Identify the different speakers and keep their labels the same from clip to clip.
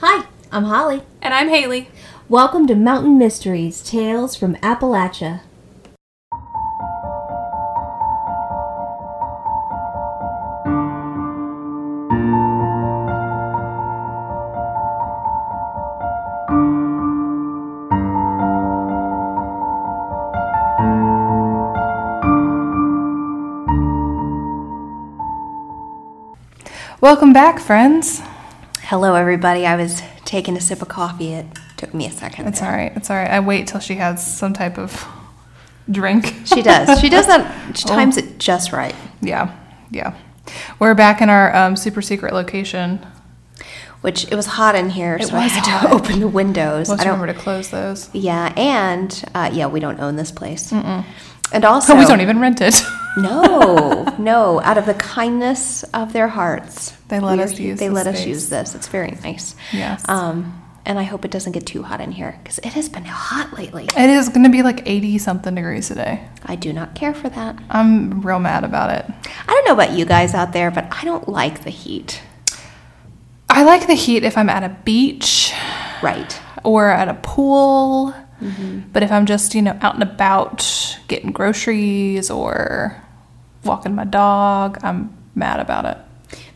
Speaker 1: I'm Holly.
Speaker 2: And I'm Haley.
Speaker 1: Welcome to Mountain Mysteries Tales from Appalachia.
Speaker 2: Welcome back, friends.
Speaker 3: Hello, everybody. I was taking a sip of coffee. It took me a second.
Speaker 2: It's all right. It's all right. I wait till she has some type of drink. Oh,
Speaker 3: She does. She does that. She times it just right.
Speaker 2: yeah, yeah. We're back in our um, super secret location.
Speaker 3: Which it was hot in here, so I
Speaker 2: was
Speaker 3: had to open the windows.
Speaker 2: Let's
Speaker 3: I don't.
Speaker 2: remember to close those.
Speaker 3: Yeah, and uh, yeah, we don't own this place. And also,
Speaker 2: But we don't even rent it.
Speaker 3: no, no. Out of the kindness of their hearts,
Speaker 2: They let
Speaker 3: we
Speaker 2: us
Speaker 3: are-
Speaker 2: use
Speaker 3: They
Speaker 2: the
Speaker 3: let us
Speaker 2: space.
Speaker 3: use this. It's very nice.
Speaker 2: Yes.
Speaker 3: Um, and I hope it doesn't get too hot in here because it has been hot lately.
Speaker 2: it is going to be like 80 something degrees today.
Speaker 3: I do not care for that.
Speaker 2: I'm real mad about it.
Speaker 3: I don't know about you guys out there, but I don't like the heat.
Speaker 2: I like the heat if I'm at a beach
Speaker 3: Right.
Speaker 2: or at a pool.
Speaker 3: Mm-hmm.
Speaker 2: But if I'm just, you know, out and about getting groceries or walking my dog, I'm mad about it.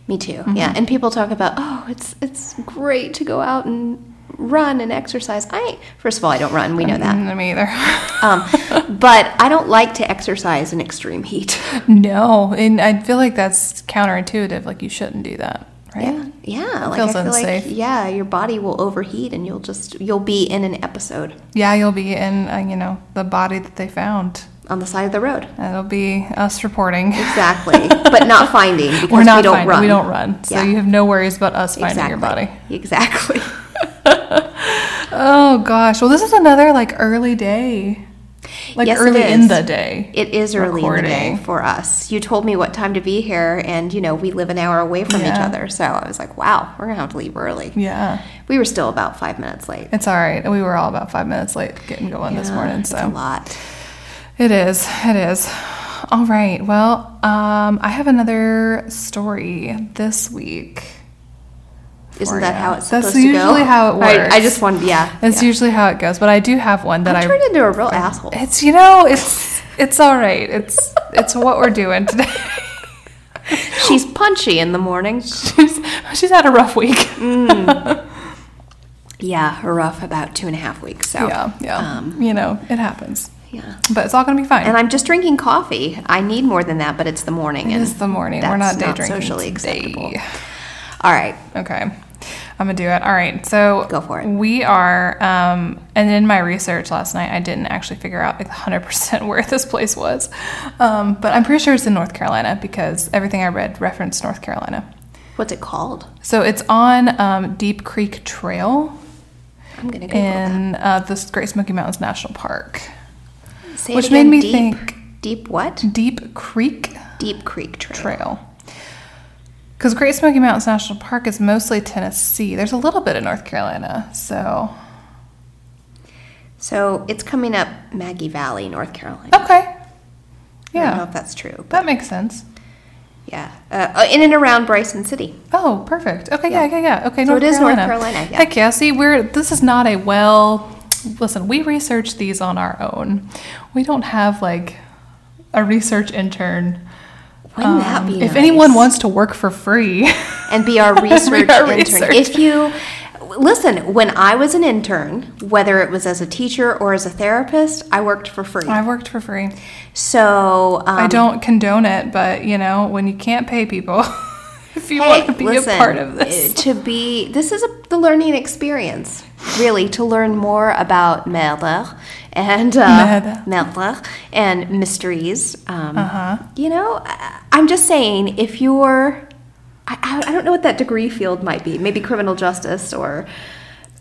Speaker 3: Me too.
Speaker 2: Mm-hmm.
Speaker 3: Yeah, and people talk about, "Oh, it's it's great to go out and run and exercise." I first of all, I don't run. We know that.
Speaker 2: Mm, Me either.
Speaker 3: Um, but I don't like to exercise in extreme heat.
Speaker 2: no, and I feel like that's counterintuitive. Like you shouldn't do that, right?
Speaker 3: Yeah. Yeah, like
Speaker 2: feels
Speaker 3: I feel
Speaker 2: unsafe.
Speaker 3: like yeah, your body will overheat and you'll just you'll be in an episode
Speaker 2: Yeah, you'll be in, uh, you know, the body that they found.
Speaker 3: on the side of the road.
Speaker 2: It'll be us reporting.
Speaker 3: Exactly. but not finding because
Speaker 2: We're not
Speaker 3: we don't
Speaker 2: finding-
Speaker 3: run.
Speaker 2: We don't run, so
Speaker 3: Yeah.
Speaker 2: you have no worries about us finding
Speaker 3: exactly.
Speaker 2: your body.
Speaker 3: Exactly.
Speaker 2: Oh gosh. Well, this is another like early day. Like
Speaker 3: Yes, it
Speaker 2: early in
Speaker 3: is.
Speaker 2: the day.
Speaker 3: It is early in the
Speaker 2: Recording.
Speaker 3: day for us. You told me what time to be here, and you know we live an hour away from each
Speaker 2: Yeah.
Speaker 3: other, so I was like, "Wow, we're gonna have to leave early."
Speaker 2: yeah.
Speaker 3: We were still about five minutes late.
Speaker 2: It's all right. We were all about 5 minutes late getting going this
Speaker 3: Yeah,
Speaker 2: morning,
Speaker 3: it's a
Speaker 2: so
Speaker 3: lot.
Speaker 2: it is. It is. All right. Well, um I have another story this week.
Speaker 3: Isn't that
Speaker 2: ya.
Speaker 3: how it's
Speaker 2: That's
Speaker 3: supposed to go?
Speaker 2: usually how it
Speaker 3: I-
Speaker 2: works.
Speaker 3: I, just wanted, yeah.
Speaker 2: That's
Speaker 3: yeah.
Speaker 2: usually how it goes, but I do have one that
Speaker 3: I
Speaker 2: I
Speaker 3: turned into a real asshole.
Speaker 2: It's you know, it's it's all right. It's it's what we're doing today.
Speaker 3: She's punchy in the morning.
Speaker 2: she's she's had a rough week.
Speaker 3: Yeah, a rough about two and a half weeks. So
Speaker 2: Yeah, yeah.
Speaker 3: um,
Speaker 2: you know, it happens.
Speaker 3: yeah.
Speaker 2: But it's all gonna be fine.
Speaker 3: And I'm just drinking coffee. I need more than that, but it's the morning.
Speaker 2: It
Speaker 3: and
Speaker 2: is the morning. We're
Speaker 3: that's
Speaker 2: not day drinking
Speaker 3: Socially acceptable.
Speaker 2: today.
Speaker 3: All right.
Speaker 2: Okay. I'm gonna do it. All right. So
Speaker 3: Go for it.
Speaker 2: We are, um, and in my research last night, I didn't actually figure out 100% where this place was, um, but I'm pretty sure it's in North Carolina because everything I read referenced North Carolina.
Speaker 3: What's it called?
Speaker 2: So it's on um, Deep Creek Trail
Speaker 3: I'm gonna Google
Speaker 2: in uh, the Great Smoky Mountains National Park.
Speaker 3: that. Say it
Speaker 2: which made
Speaker 3: again,
Speaker 2: me
Speaker 3: deep,
Speaker 2: think-
Speaker 3: Deep what?
Speaker 2: Deep Creek
Speaker 3: Deep Creek Trail.
Speaker 2: Trail. Because Great Smoky Mountains National Park is mostly Tennessee. There's a little bit of North Carolina, so
Speaker 3: So it's coming up Maggie Valley, North Carolina.
Speaker 2: okay,
Speaker 3: I don't know
Speaker 2: yeah,
Speaker 3: if that's true, but
Speaker 2: that makes sense.
Speaker 3: yeah, uh, oh, in and around Bryson City.
Speaker 2: Oh, perfect. Okay, yeah, yeah, yeah. Okay,
Speaker 3: So
Speaker 2: North
Speaker 3: it is North
Speaker 2: Carolina.
Speaker 3: Carolina, yeah.
Speaker 2: Heck yeah. See, we're this is not a well. Listen, we research these on our own. We don't have like a research intern. Um,
Speaker 3: Wouldn't that be
Speaker 2: If
Speaker 3: nice?
Speaker 2: anyone wants to work for free,
Speaker 3: and be our research
Speaker 2: our
Speaker 3: intern.
Speaker 2: research.
Speaker 3: If you listen, when I was an intern, whether it was as a teacher or as a therapist, I worked for free.
Speaker 2: I worked for free.
Speaker 3: So um,
Speaker 2: I don't condone it, but you know, when you can't pay people, if you want to be a part of this,
Speaker 3: eh, To be this is a, the learning experience, really, to learn more about murder and uh,
Speaker 2: Murder. Uh-huh.
Speaker 3: murder and mysteries. Um, You know, I, I'm just saying, if you're, I, I- I don't know what that degree field might be. Maybe criminal justice or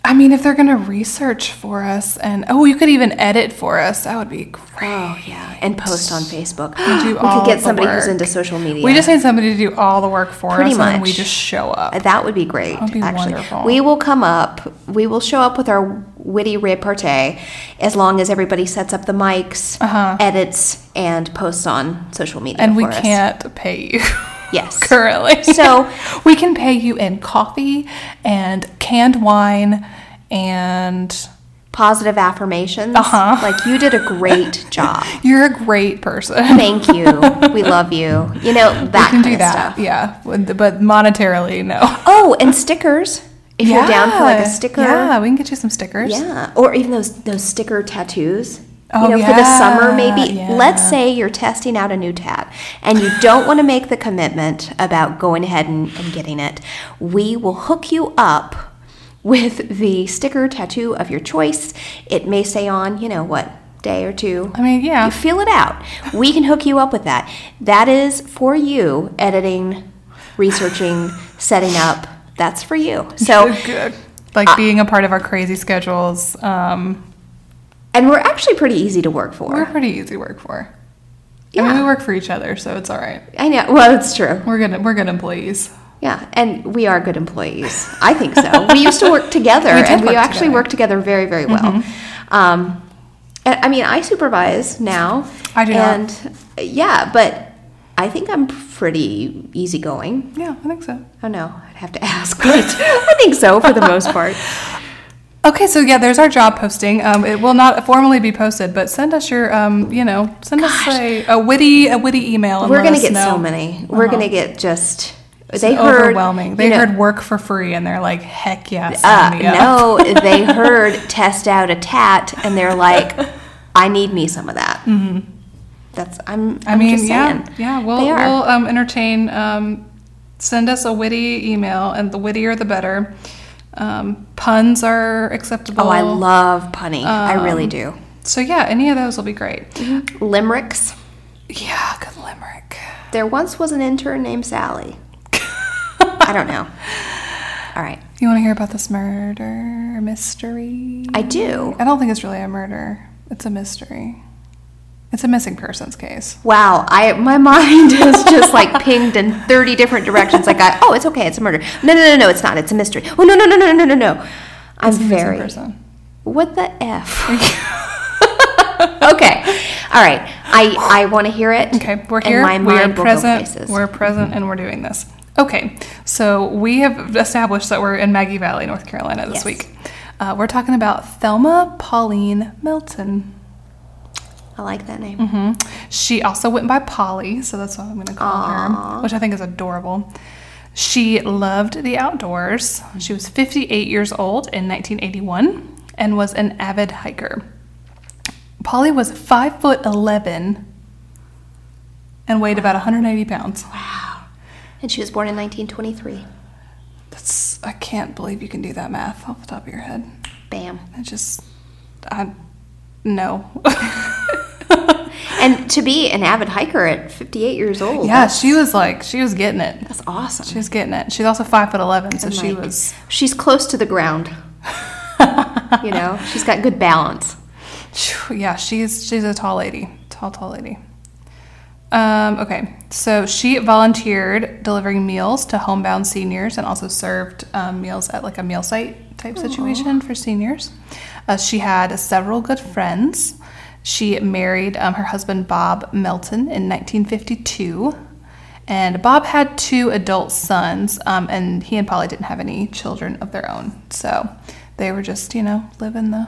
Speaker 2: I mean, if they're gonna research for us and oh, you could even edit for us, that would be great.
Speaker 3: Oh yeah, and post on Facebook.
Speaker 2: do
Speaker 3: We
Speaker 2: all
Speaker 3: could get
Speaker 2: the
Speaker 3: somebody who's
Speaker 2: work.
Speaker 3: into social media.
Speaker 2: We just need somebody to do all the work for
Speaker 3: Pretty
Speaker 2: us, and we
Speaker 3: much.
Speaker 2: just show up.
Speaker 3: Uh, that would be great.
Speaker 2: would be
Speaker 3: actually,
Speaker 2: wonderful.
Speaker 3: we will come up. We will show up with our witty repartee, as long as everybody sets up the mics, edits, and posts on social media.
Speaker 2: Uh-huh. and we
Speaker 3: for us.
Speaker 2: can't pay you.
Speaker 3: Yes.
Speaker 2: currently.
Speaker 3: So-
Speaker 2: we can pay you in coffee and canned wine and
Speaker 3: Positive affirmations.
Speaker 2: Uh-huh.
Speaker 3: Like you did a great job.
Speaker 2: you're a great person.
Speaker 3: Thank you. We love you. You know that
Speaker 2: You can
Speaker 3: kind
Speaker 2: do
Speaker 3: of
Speaker 2: that.
Speaker 3: stuff.
Speaker 2: Yeah. With- But monetarily, no.
Speaker 3: Oh, and stickers. If you're down for like
Speaker 2: Yeah.
Speaker 3: a sticker.
Speaker 2: Yeah, we can get you some stickers.
Speaker 3: Yeah, or even those those sticker tattoos.
Speaker 2: Oh,
Speaker 3: you know, for the summer
Speaker 2: yeah,
Speaker 3: maybe.
Speaker 2: yeah.
Speaker 3: Let's say you're testing out a new tat and you don't want to make the commitment about going ahead and, and getting it. We will hook you up with the sticker tattoo of your choice. It may say on, you know, what day or two.
Speaker 2: I mean, yeah.
Speaker 3: You feel it out. We can hook you up with that. That is for you editing, researching, setting up. That's for you. So
Speaker 2: Good. Like
Speaker 3: Uh,
Speaker 2: being a part of our crazy schedules. Um,
Speaker 3: and we're actually pretty easy to work for.
Speaker 2: we're pretty easy work for. I mean,
Speaker 3: Yeah.
Speaker 2: we work for each other, so it's all right.
Speaker 3: I know. Well, it's true.
Speaker 2: We're good. We're good employees.
Speaker 3: Yeah, and we are good employees. I think so. We used to work together,
Speaker 2: We did
Speaker 3: and we
Speaker 2: work
Speaker 3: actually
Speaker 2: together. Mm-hmm.
Speaker 3: work together very, very well. Um, and, I mean, I supervise now.
Speaker 2: I do not.
Speaker 3: and, yeah, but I think I'm pretty easygoing.
Speaker 2: Yeah, I think so.
Speaker 3: Oh no, I'd have to ask, but I think so for the most part.
Speaker 2: Okay, so yeah, there's our job posting. Um, it will not formally be posted, but send us your, um, you know, send us a, a witty, a witty email. And
Speaker 3: We're
Speaker 2: let
Speaker 3: gonna
Speaker 2: us
Speaker 3: get
Speaker 2: know.
Speaker 3: so many. We're gonna get just. They heard
Speaker 2: Uh-huh. overwhelming.
Speaker 3: you
Speaker 2: They
Speaker 3: know,
Speaker 2: heard work for free, and they're like, heck yeah,
Speaker 3: Uh,
Speaker 2: sign me up.
Speaker 3: no, they heard test out a tat, and they're like, "I need me some of that." Mm-hmm. That's I'm.
Speaker 2: I
Speaker 3: I'm
Speaker 2: mean,
Speaker 3: just
Speaker 2: yeah,
Speaker 3: saying.
Speaker 2: yeah. We'll
Speaker 3: They are.
Speaker 2: we'll um, entertain. Um, send us a witty email, and the wittier the better. Um, puns are acceptable.
Speaker 3: oh, I love punny.
Speaker 2: um,
Speaker 3: I really do.
Speaker 2: So yeah, any of those will be great.
Speaker 3: Limericks.
Speaker 2: Yeah, good limerick.
Speaker 3: There once was an intern named Sally. I don't know. All right,
Speaker 2: You want to hear about this murder mystery?
Speaker 3: I do.
Speaker 2: I don't think it's really a murder. It's a mystery. It's a missing persons case.
Speaker 3: Wow, I my mind is just like pinged in thirty different directions. Like, I, oh, it's okay, it's a murder. No, no, no, no, it's not. It's a mystery. Oh, no, no, no, no, no, no, no. I'm very.
Speaker 2: Missing person.
Speaker 3: What the F? okay. All right. I, I want to hear it.
Speaker 2: Okay, we're
Speaker 3: and
Speaker 2: here.
Speaker 3: my
Speaker 2: we are
Speaker 3: mind will go
Speaker 2: present.
Speaker 3: places.
Speaker 2: We're present, and we're doing this. Okay, so we have established that we're in Maggie Valley, North Carolina this
Speaker 3: Yes.
Speaker 2: week. Uh, we're talking about Thelma Pauline Melton.
Speaker 3: I like that name.
Speaker 2: hmm She also went by Polly, so that's what I'm going to call her, which I think is adorable. She loved the outdoors. She was 58 years old in 1981 and was an avid hiker. Polly was 5 foot 11 and weighed about 180 pounds.
Speaker 3: And she was born in 1923.
Speaker 2: That's I can't believe you can do that math off the top of your head.
Speaker 3: Bam.
Speaker 2: I just I no.
Speaker 3: And to be an avid hiker at 58 years old.
Speaker 2: yeah,
Speaker 3: That's,
Speaker 2: she was like she was getting it.
Speaker 3: that's awesome.
Speaker 2: She was getting it. She's also five foot eleven, so
Speaker 3: And,
Speaker 2: she
Speaker 3: like,
Speaker 2: was.
Speaker 3: She's close to the ground. you know, she's got good balance.
Speaker 2: Phew, Yeah, she's she's a tall lady, tall tall lady. Um, okay, so she volunteered delivering meals to homebound seniors and also served um, meals at like a meal site type situation for seniors. Uh, she had several good friends. She married um, her husband Bob Melton in 1952, and Bob had two adult sons, um, and he and Polly didn't have any children of their own, so they were just you know living the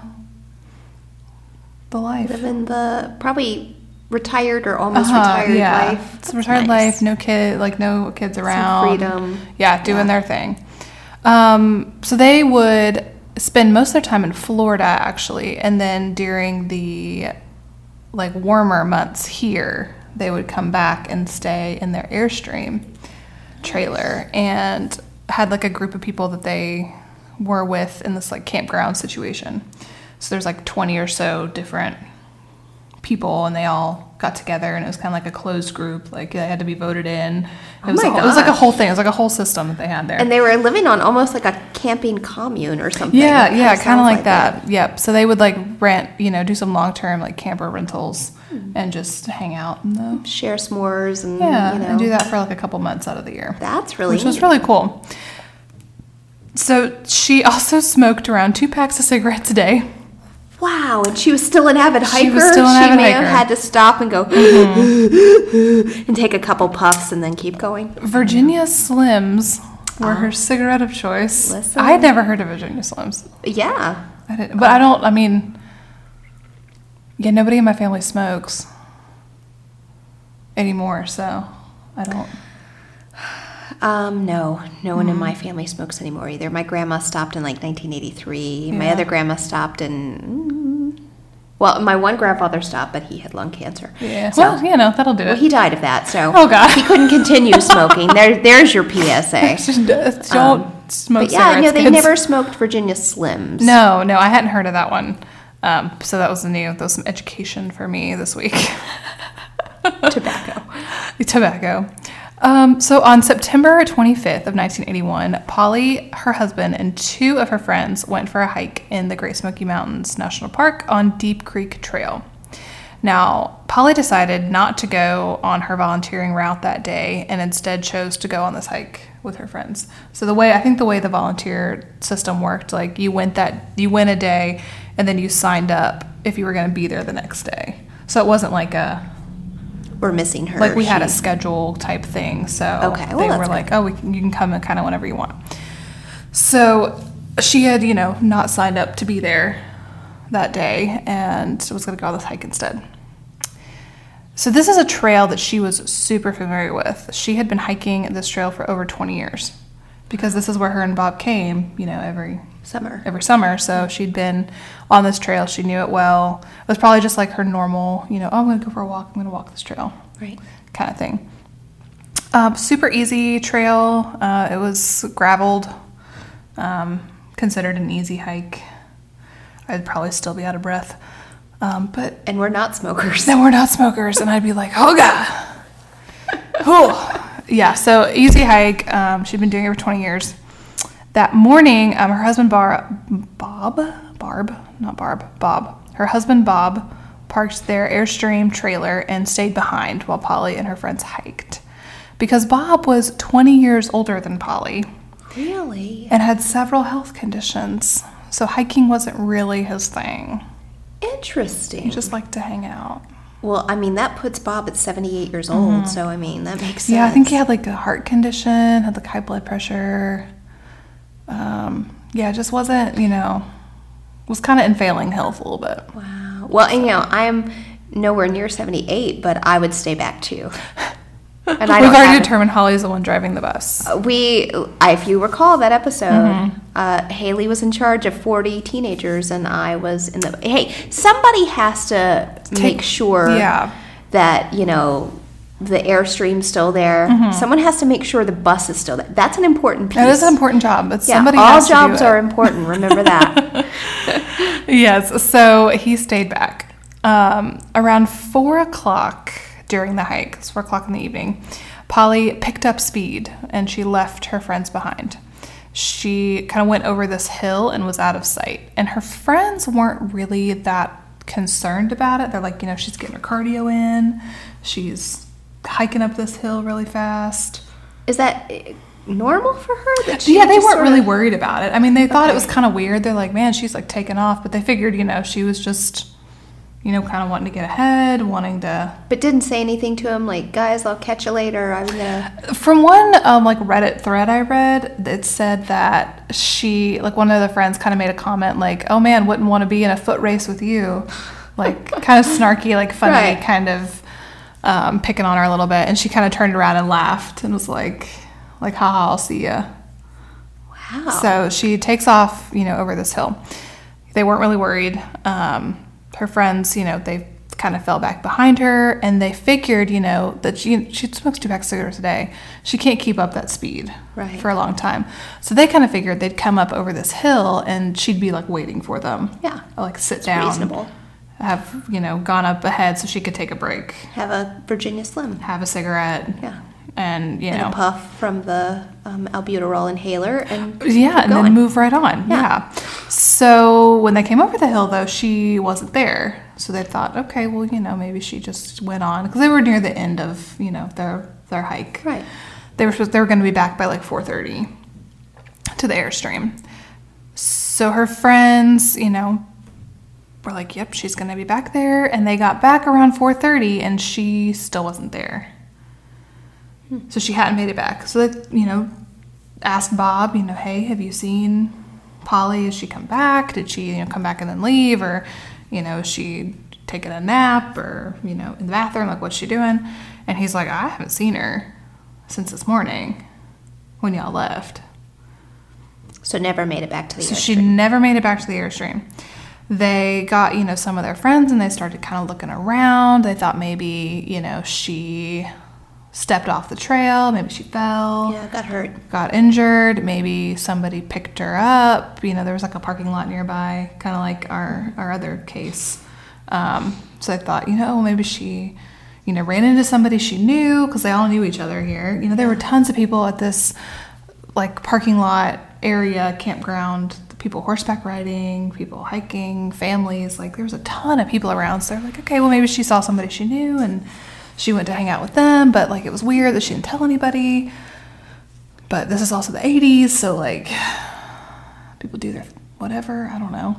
Speaker 2: the life.
Speaker 3: Living the probably retired or almost retired life.
Speaker 2: Uh-huh, It's a
Speaker 3: That's
Speaker 2: retired
Speaker 3: nice.
Speaker 2: life, no kid, like no kids around.
Speaker 3: freedom.
Speaker 2: Yeah, doing their thing. Um, so they would spend most of their time in Florida actually, and then during the like warmer months here, they would come back and stay in their airstream trailer and had like a group of people that they were with in this like campground situation. So there's like 20 or so different people and they all got together and it was kind of like a closed group like they had to be voted in it, was,
Speaker 3: Oh my
Speaker 2: a whole, it was like a
Speaker 3: gosh.
Speaker 2: whole thing it was like a whole system that they had there
Speaker 3: And they were living on almost like a camping commune or something.
Speaker 2: yeah
Speaker 3: That
Speaker 2: yeah kind
Speaker 3: sounds
Speaker 2: of like
Speaker 3: it.
Speaker 2: that yep so they would like rent you know do some long-term like camper rentals
Speaker 3: Hmm.
Speaker 2: and just hang out in the
Speaker 3: Share s'mores and
Speaker 2: yeah
Speaker 3: you know
Speaker 2: and do that for like a couple months out of the year
Speaker 3: That's really
Speaker 2: which was
Speaker 3: neat.
Speaker 2: really cool so she also smoked around two packs of cigarettes a day
Speaker 3: wow. And she was still an avid hiker.
Speaker 2: She was still an
Speaker 3: She
Speaker 2: avid
Speaker 3: may have
Speaker 2: hiker. Mm-hmm.
Speaker 3: had to stop and go and take a couple puffs and then keep going.
Speaker 2: Virginia Slims were her cigarette of choice.
Speaker 3: Ah. listen.
Speaker 2: I had never heard of Virginia Slims.
Speaker 3: Yeah.
Speaker 2: I didn't, but I don't. I mean, yeah, nobody in my family smokes anymore, so I don't.
Speaker 3: Um, no, no one in
Speaker 2: Mm-hmm.
Speaker 3: my family smokes anymore either. My grandma stopped in like 1983. My
Speaker 2: Yeah.
Speaker 3: other grandma stopped in. mm, Well, my one grandfather stopped, but he had lung cancer.
Speaker 2: Yeah.
Speaker 3: So,
Speaker 2: well, you know that'll do
Speaker 3: well,
Speaker 2: it.
Speaker 3: he died of that, so
Speaker 2: Oh, God.
Speaker 3: he couldn't continue smoking. there, there's your PSA.
Speaker 2: Just don't smoke
Speaker 3: Um, But yeah, no,
Speaker 2: cigarettes,
Speaker 3: they
Speaker 2: kids.
Speaker 3: never smoked Virginia Slims.
Speaker 2: No, no, I hadn't heard of that one. Um, so that was new. That was some education for me this week.
Speaker 3: tobacco.
Speaker 2: Tobacco. Um, so on September 25th of 1981, Polly, her husband, and two of her friends went for a hike in the Great Smoky Mountains National Park on Deep Creek Trail. Now, Polly decided not to go on her volunteering route that day and instead chose to go on this hike with her friends. So the way I think the way the volunteer system worked, like you went that you went a day and then you signed up if you were going to be there the next day. So it wasn't like a
Speaker 3: We're missing her.
Speaker 2: like we had a
Speaker 3: She-
Speaker 2: schedule type thing so
Speaker 3: Okay, well,
Speaker 2: they
Speaker 3: that's
Speaker 2: were
Speaker 3: good.
Speaker 2: like oh we can, you can come kind of whenever you want so she had you know not signed up to be there that day and was going to go on this hike instead so this is a trail that she was super familiar with she had been hiking this trail for over 20 years because this is where her and bob came you know every
Speaker 3: summer.
Speaker 2: every summer. So she'd been on this trail. She knew it well. It was probably just like her normal, you know, oh, I'm going to go for a walk. I'm going to walk this trail.
Speaker 3: Right.
Speaker 2: Kind of thing. Um, super easy trail. Uh, it was graveled, um, considered an easy hike. I'd probably still be out of breath. Um, but
Speaker 3: And we're not smokers.
Speaker 2: then we're not smokers, and I'd be like, oh god, Whew. yeah. So easy hike. Um, she'd been doing it for 20 years. That morning, um, her husband Bar- Bob, Barb, not Barb, Bob. Her husband Bob parked their Airstream trailer and stayed behind while Polly and her friends hiked, because Bob was 20 years older than Polly
Speaker 3: Really?
Speaker 2: and had several health conditions. So hiking wasn't really his thing. He
Speaker 3: Interesting.
Speaker 2: just liked to hang out.
Speaker 3: well, I mean, that puts Bob at 78 years old, so I mean, that makes sense.
Speaker 2: Mm-hmm. Yeah, I think he had like a heart condition, had like high blood pressure. Um, yeah, just wasn't, you know, was kind of in failing health a little bit.
Speaker 3: Wow. Well, and, you know, I am nowhere near 78, but I would stay back too. And I
Speaker 2: We've already
Speaker 3: don't have- Uh,
Speaker 2: determined Holly's the one driving the bus.
Speaker 3: we I- if you recall that episode
Speaker 2: Mm-hmm.
Speaker 3: uh, haley was in charge of 40 teenagers and i was in the hey somebody has to make sure
Speaker 2: yeah.
Speaker 3: that you know the airstream's still there someone has to make sure the bus is still there that's an important piece
Speaker 2: Mm-hmm. That is an important job. It's
Speaker 3: yeah,
Speaker 2: somebody
Speaker 3: all
Speaker 2: has to do
Speaker 3: jobs
Speaker 2: it.
Speaker 3: are important remember that
Speaker 2: yes, so he stayed back. Um, around four o'clock during the hike, it's four o'clock in the evening, Polly picked up speed and she left her friends behind. She kind of went over this hill and was out of sight. And her friends weren't really that concerned about it. They're like, you know, she's getting her cardio in, she's hiking up this hill really fast.
Speaker 3: is that eh, normal for her that she
Speaker 2: Yeah, they
Speaker 3: just
Speaker 2: weren't
Speaker 3: sorta-
Speaker 2: really worried about it. I mean, they thought it was kind of weird. They're like, man, she's like taking off, but they figured, you know, she was just, you know, kind of wanting to get ahead, wanting to.
Speaker 3: but didn't say anything to him like guys i'll catch you later i'm gonna
Speaker 2: From one um, like Reddit thread I read, it said that she, like one of the friends, kind of made a comment like, oh man, wouldn't want to be in a foot race with you, like kind of snarky, like funny,
Speaker 3: Right.
Speaker 2: kind of um, picking on her a little bit, and she kind of turned around and laughed and was like, like, haha, I'll see ya.
Speaker 3: wow
Speaker 2: So she takes off, you know, over this hill. They weren't really worried. Um, her friends, you know, they kind of fell back behind her, and they figured, you know, that she she smokes two packs of cigarettes a day. She can't keep up that speed
Speaker 3: Right.
Speaker 2: for a long time. So they kind of figured they'd come up over this hill, and she'd be like waiting for them.
Speaker 3: Yeah.
Speaker 2: like sit down.
Speaker 3: reasonable.
Speaker 2: Have you know gone up ahead so she could take a break,
Speaker 3: have a virginia slim
Speaker 2: have a cigarette,
Speaker 3: yeah
Speaker 2: and you know
Speaker 3: and a puff from the um, albuterol inhaler and
Speaker 2: Yeah, and
Speaker 3: going.
Speaker 2: then move right on.
Speaker 3: Yeah.
Speaker 2: Yeah. So when they came over the hill, though, she wasn't there. So they thought, okay, well, you know, maybe she just went on because they were near the end of you know their their hike.
Speaker 3: Right.
Speaker 2: They were supposed, they were going to be back by like four thirty to the airstream. So her friends, you know, were like, "Yep, she's gonna be back there," and they got back around 4:30, and she still wasn't there. So she hadn't made it back. So they, you know, asked Bob, you know, "Hey, have you seen Polly? Has she come back? Did she, you know, come back and then leave, or, you know, is she taking a nap, or you know, in the bathroom? Like, what's she doing?" And he's like, "I haven't seen her since this morning when y'all left."
Speaker 3: So never made it back to the
Speaker 2: So
Speaker 3: air.
Speaker 2: she never made it back to the airstream. They got, you know, some of their friends and they started kind of looking around. They thought maybe, you know, she stepped off the trail, maybe she fell,
Speaker 3: yeah, got hurt.
Speaker 2: got injured, maybe somebody picked her up. You know, there was like a parking lot nearby, kind of like our, our other case. Um, so I thought, you know, maybe she, you know, ran into somebody she knew because they all knew each other here. You know, there were tons of people at this like parking lot area campground people horseback riding people hiking families like there was a ton of people around so they're like okay well maybe she saw somebody she knew and she went to hang out with them but like it was weird that she didn't tell anybody but this is also the 80s so like people do their whatever i don't know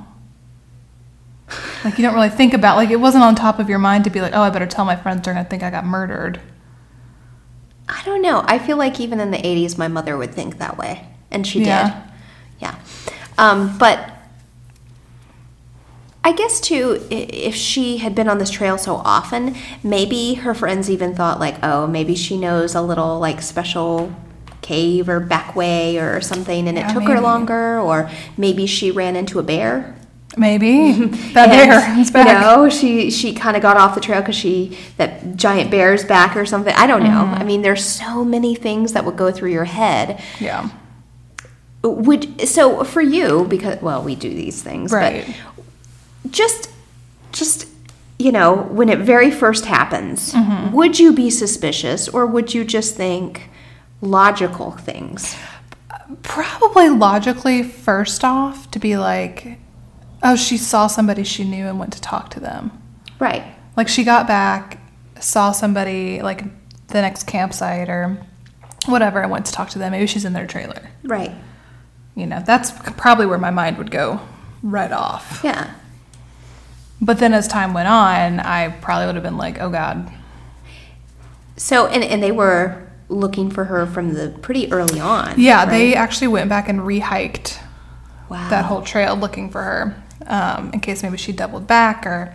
Speaker 2: like you don't really think about like it wasn't on top of your mind to be like oh i better tell my friends they're gonna think i got murdered
Speaker 3: I don't know. I feel like even in the 80s, my mother would think that way. And she
Speaker 2: Yeah.
Speaker 3: did. Yeah. Um, but I guess, too, i- if she had been on this trail so often, maybe her friends even thought, like, oh, maybe she knows a little, like, special cave or back way or something, and it
Speaker 2: Yeah,
Speaker 3: took her
Speaker 2: maybe.
Speaker 3: longer, or maybe she ran into a bear.
Speaker 2: maybe that
Speaker 3: And,
Speaker 2: bear is back
Speaker 3: You know, she she kind of got off the trail because she that giant bear's back or something. I don't know.
Speaker 2: Mm-hmm.
Speaker 3: I mean, there's so many things that would go through your head.
Speaker 2: yeah
Speaker 3: Would so for you because well, we do these things,
Speaker 2: Right.
Speaker 3: But just just you know, when it very first happens,
Speaker 2: Mm-hmm.
Speaker 3: would you be suspicious or would you just think logical things?
Speaker 2: probably logically first off to be like oh she saw somebody she knew and went to talk to them
Speaker 3: Right.
Speaker 2: like she got back saw somebody like the next campsite or whatever and went to talk to them maybe she's in their trailer
Speaker 3: Right.
Speaker 2: you know that's probably where my mind would go right off
Speaker 3: Yeah.
Speaker 2: but then as time went on i probably would have been like oh god
Speaker 3: So and and they were looking for her from the pretty early on.
Speaker 2: yeah
Speaker 3: right?
Speaker 2: they actually went back and rehiked
Speaker 3: Wow.
Speaker 2: that whole trail looking for her um, in case maybe she doubled back or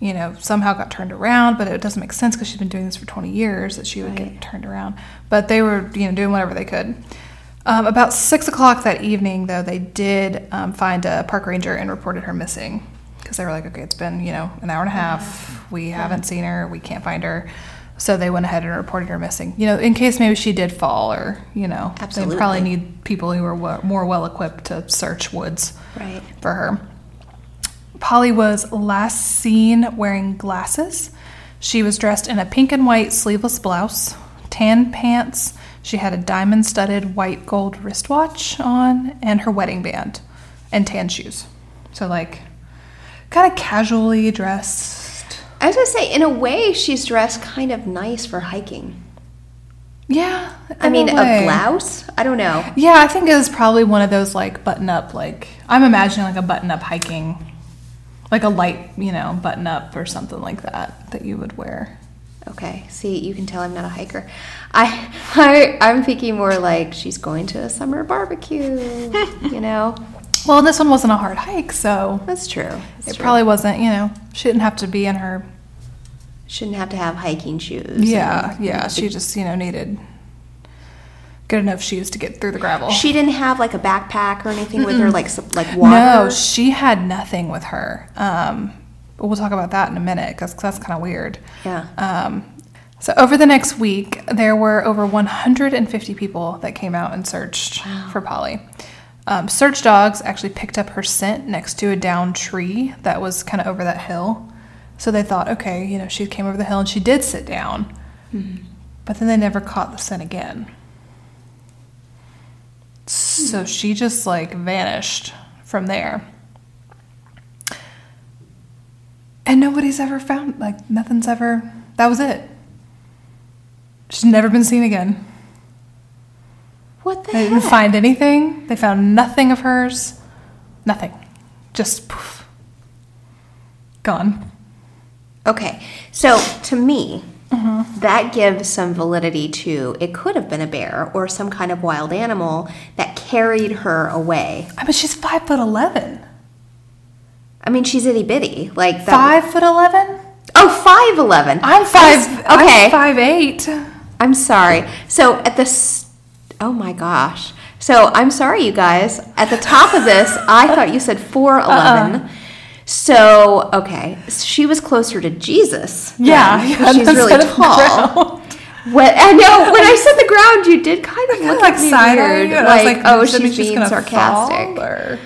Speaker 2: you know somehow got turned around but it doesn't make sense because she's been doing this for 20 years that she would get turned around but they were you know doing whatever they could um, about six o'clock that evening though they did um, find a park ranger and reported her missing because they were like okay it's been you know an hour and a half we haven't seen her we can't find her so they went ahead and reported her missing you know in case maybe she did fall or you know they
Speaker 3: Absolutely.
Speaker 2: probably need people who are w- more well equipped to search woods
Speaker 3: Right.
Speaker 2: for her. Polly was last seen wearing glasses. She was dressed in a pink and white sleeveless blouse, tan pants. She had a diamond studded white gold wristwatch on, and her wedding band, and tan shoes. So, like, kind of casually dressed.
Speaker 3: I was gonna say, in a way, she's dressed kind of nice for hiking.
Speaker 2: Yeah.
Speaker 3: I mean, a,
Speaker 2: way.
Speaker 3: blouse. I don't know.
Speaker 2: Yeah, I think it was probably one of those like button up, like I'm imagining like a button up hiking, like a light, you know, button up or something like that that you would wear.
Speaker 3: Okay, see, you can tell I'm not a hiker. I, I, I'm thinking more like she's going to a summer barbecue. you know,
Speaker 2: Well, and this one wasn't a hard hike, so
Speaker 3: that's true. That's
Speaker 2: it
Speaker 3: true.
Speaker 2: probably wasn't, you know, she didn't have to be in her.
Speaker 3: shouldn't have to have hiking shoes.
Speaker 2: Yeah,
Speaker 3: and-
Speaker 2: yeah. She just, you know, needed good enough shoes to get through the gravel.
Speaker 3: She didn't have like a backpack or anything with her, like some, like water.
Speaker 2: No, she had nothing with her. Um, but we'll talk about that in a minute because that's kind of weird.
Speaker 3: Yeah.
Speaker 2: Um, so over the next week, there were over 150 people that came out and searched for Polly. Um, search dogs actually picked up her scent next to a downed tree that was kind of over that hill. So they thought, okay, you know, she came over the hill and she did sit down.
Speaker 3: Mm-hmm.
Speaker 2: But then they never caught the scent again.
Speaker 3: Hmm.
Speaker 2: So she just like vanished from there. And nobody's ever found, like, nothing's ever, that was it. She's never been seen again.
Speaker 3: What the
Speaker 2: They
Speaker 3: heck?
Speaker 2: didn't find anything, they found nothing of hers. Nothing. Just poof. Gone.
Speaker 3: Okay, so to me,
Speaker 2: Mm-hmm.
Speaker 3: that gives some validity to it could have been a bear or some kind of wild animal that carried her away.
Speaker 2: I mean, she's five foot eleven.
Speaker 3: I mean, she's itty bitty, like that.
Speaker 2: Five foot eleven?
Speaker 3: Oh, five eleven.
Speaker 2: I'm five.
Speaker 3: okay.
Speaker 2: I'm five eight.
Speaker 3: I'm sorry. So at this, oh my gosh. So I'm sorry, you guys. At the top of this, I thought you said four
Speaker 2: Uh-uh.
Speaker 3: eleven. So okay, she was closer to Jesus. then.
Speaker 2: Yeah, yeah,
Speaker 3: she's really
Speaker 2: instead of the
Speaker 3: tall.
Speaker 2: ground.
Speaker 3: When, I know when I said the ground, you did kind of
Speaker 2: Kinda
Speaker 3: look
Speaker 2: like
Speaker 3: at me
Speaker 2: side
Speaker 3: weird,
Speaker 2: eye.
Speaker 3: like, oh,
Speaker 2: does that mean
Speaker 3: she's being
Speaker 2: gonna
Speaker 3: sarcastic.
Speaker 2: fall, or-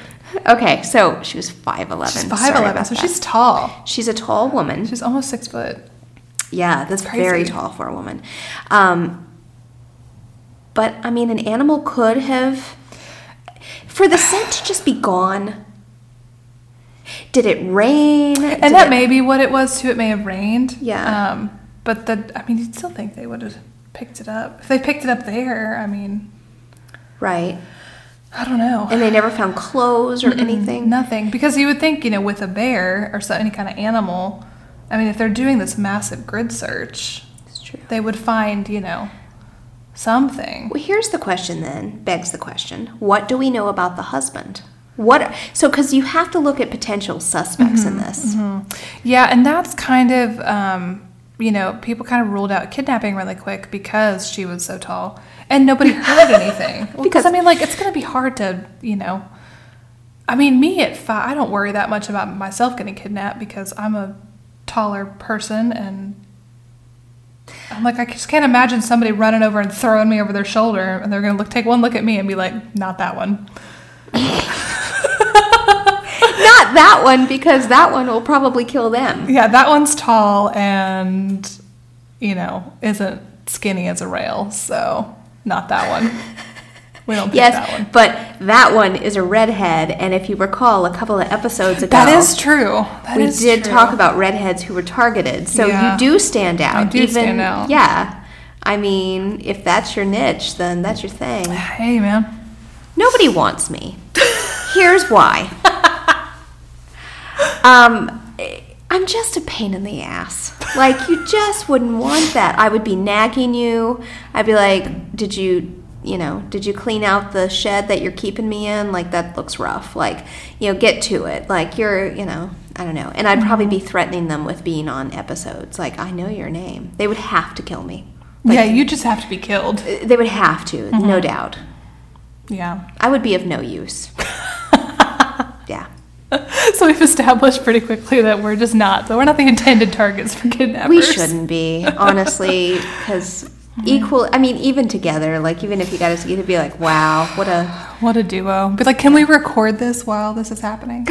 Speaker 3: Okay, so she was five eleven.
Speaker 2: She's five eleven, so she's tall.
Speaker 3: she's a tall woman.
Speaker 2: She's almost six foot.
Speaker 3: Yeah, that's
Speaker 2: crazy.
Speaker 3: very tall for a woman. Um, but I mean, an animal could have, for the scent to just be gone. Did it rain? Did
Speaker 2: And that
Speaker 3: it-
Speaker 2: may be what it was too. It may have rained.
Speaker 3: Yeah.
Speaker 2: Um, but the I mean, you'd still think they would have picked it up. If they picked it up there, I mean,
Speaker 3: right,
Speaker 2: I don't know.
Speaker 3: and they never found clothes or anything.
Speaker 2: Nothing, because you would think, you know, with a bear or so, any kind of animal, I mean, if they're doing this massive grid search,
Speaker 3: It's true.
Speaker 2: they would find, you know, something.
Speaker 3: Well, here's the question then, begs the question. What do we know about the husband? What so cuz you have to look at potential suspects in
Speaker 2: Mm-hmm,
Speaker 3: this.
Speaker 2: Yeah, and that's kind of, um, you know, people kind of ruled out kidnapping really quick because she was so tall and nobody heard anything. because,
Speaker 3: Because-
Speaker 2: I mean, like, it's going to be hard to, you know, I mean, me at five, I don't worry that much about myself getting kidnapped because I'm a taller person and I'm like, I just can't imagine somebody running over and throwing me over their shoulder and they're going to look, take one look at me and be like, not that one.
Speaker 3: Not that one because that one will probably kill them.
Speaker 2: Yeah, that one's tall and, you know, isn't skinny as a rail, so not that one. We don't pick
Speaker 3: Yes,
Speaker 2: that one.
Speaker 3: but that one is a redhead and if you recall a couple of episodes ago
Speaker 2: That is true. That
Speaker 3: we
Speaker 2: is
Speaker 3: did
Speaker 2: true.
Speaker 3: talk about redheads who were targeted. So
Speaker 2: Yeah.
Speaker 3: you do stand out.
Speaker 2: do
Speaker 3: even,
Speaker 2: stand out.
Speaker 3: Yeah. I mean, if that's your niche, then that's your thing.
Speaker 2: Hey, man.
Speaker 3: Nobody wants me. Here's why. Um, I'm just a pain in the ass. Like you just wouldn't want that. I would be nagging you. I'd be like, "Did you, you know, did you clean out the shed that you're keeping me in? Like that looks rough. Like, you know, get to it. Like you're, you know, I don't know." And I'd probably be threatening them with being on episodes. Like, "I know your name." They would have to kill me. Like,
Speaker 2: yeah, you Mm-hmm. just have to be killed.
Speaker 3: They would have to, no doubt.
Speaker 2: Yeah.
Speaker 3: I would be of no use. yeah.
Speaker 2: So we've established pretty quickly that we're just not, but we're not the intended targets for kidnappers.
Speaker 3: We shouldn't be, honestly, because equal, I mean, even together, like, even if you got us, you'd be like, wow, what a.
Speaker 2: What a duo. But like, can we record this while this is happening?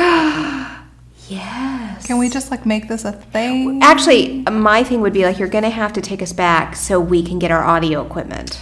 Speaker 3: Yes.
Speaker 2: Can we just like make this a thing?
Speaker 3: Actually, my thing would be like, you're going to have to take us back so we can get our audio equipment.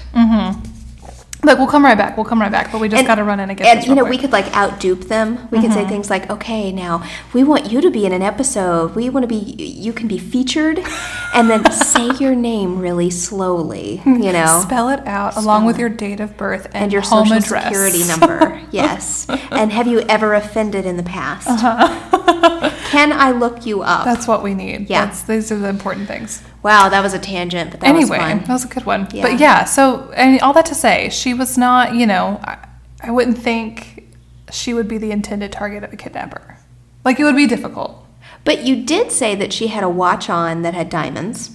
Speaker 2: Look, we'll come right back. We'll come right back. But we just
Speaker 3: And-
Speaker 2: got to run in and get
Speaker 3: and
Speaker 2: this
Speaker 3: you
Speaker 2: real
Speaker 3: know
Speaker 2: quick. Mm-hmm.
Speaker 3: we could like out dupe them we could say things like okay now we want you to be in an episode we want to be you can be featured and then say your name really slowly you know
Speaker 2: Spell it out along with your date of birth and,
Speaker 3: and your
Speaker 2: home
Speaker 3: social
Speaker 2: address.
Speaker 3: security number. yes. And have you ever offended in the past? Can I look you up?
Speaker 2: Uh-huh. That's what we need.
Speaker 3: Yeah.
Speaker 2: That's, these are the important things.
Speaker 3: wow, that was a tangent, but that
Speaker 2: anyway,
Speaker 3: was fun.
Speaker 2: that was a good one.
Speaker 3: Yeah.
Speaker 2: But yeah, so and all that to say, she was not. You know, I, I wouldn't think she would be the intended target of a kidnapper. Like it would be difficult.
Speaker 3: But you did say that she had a watch on that had diamonds.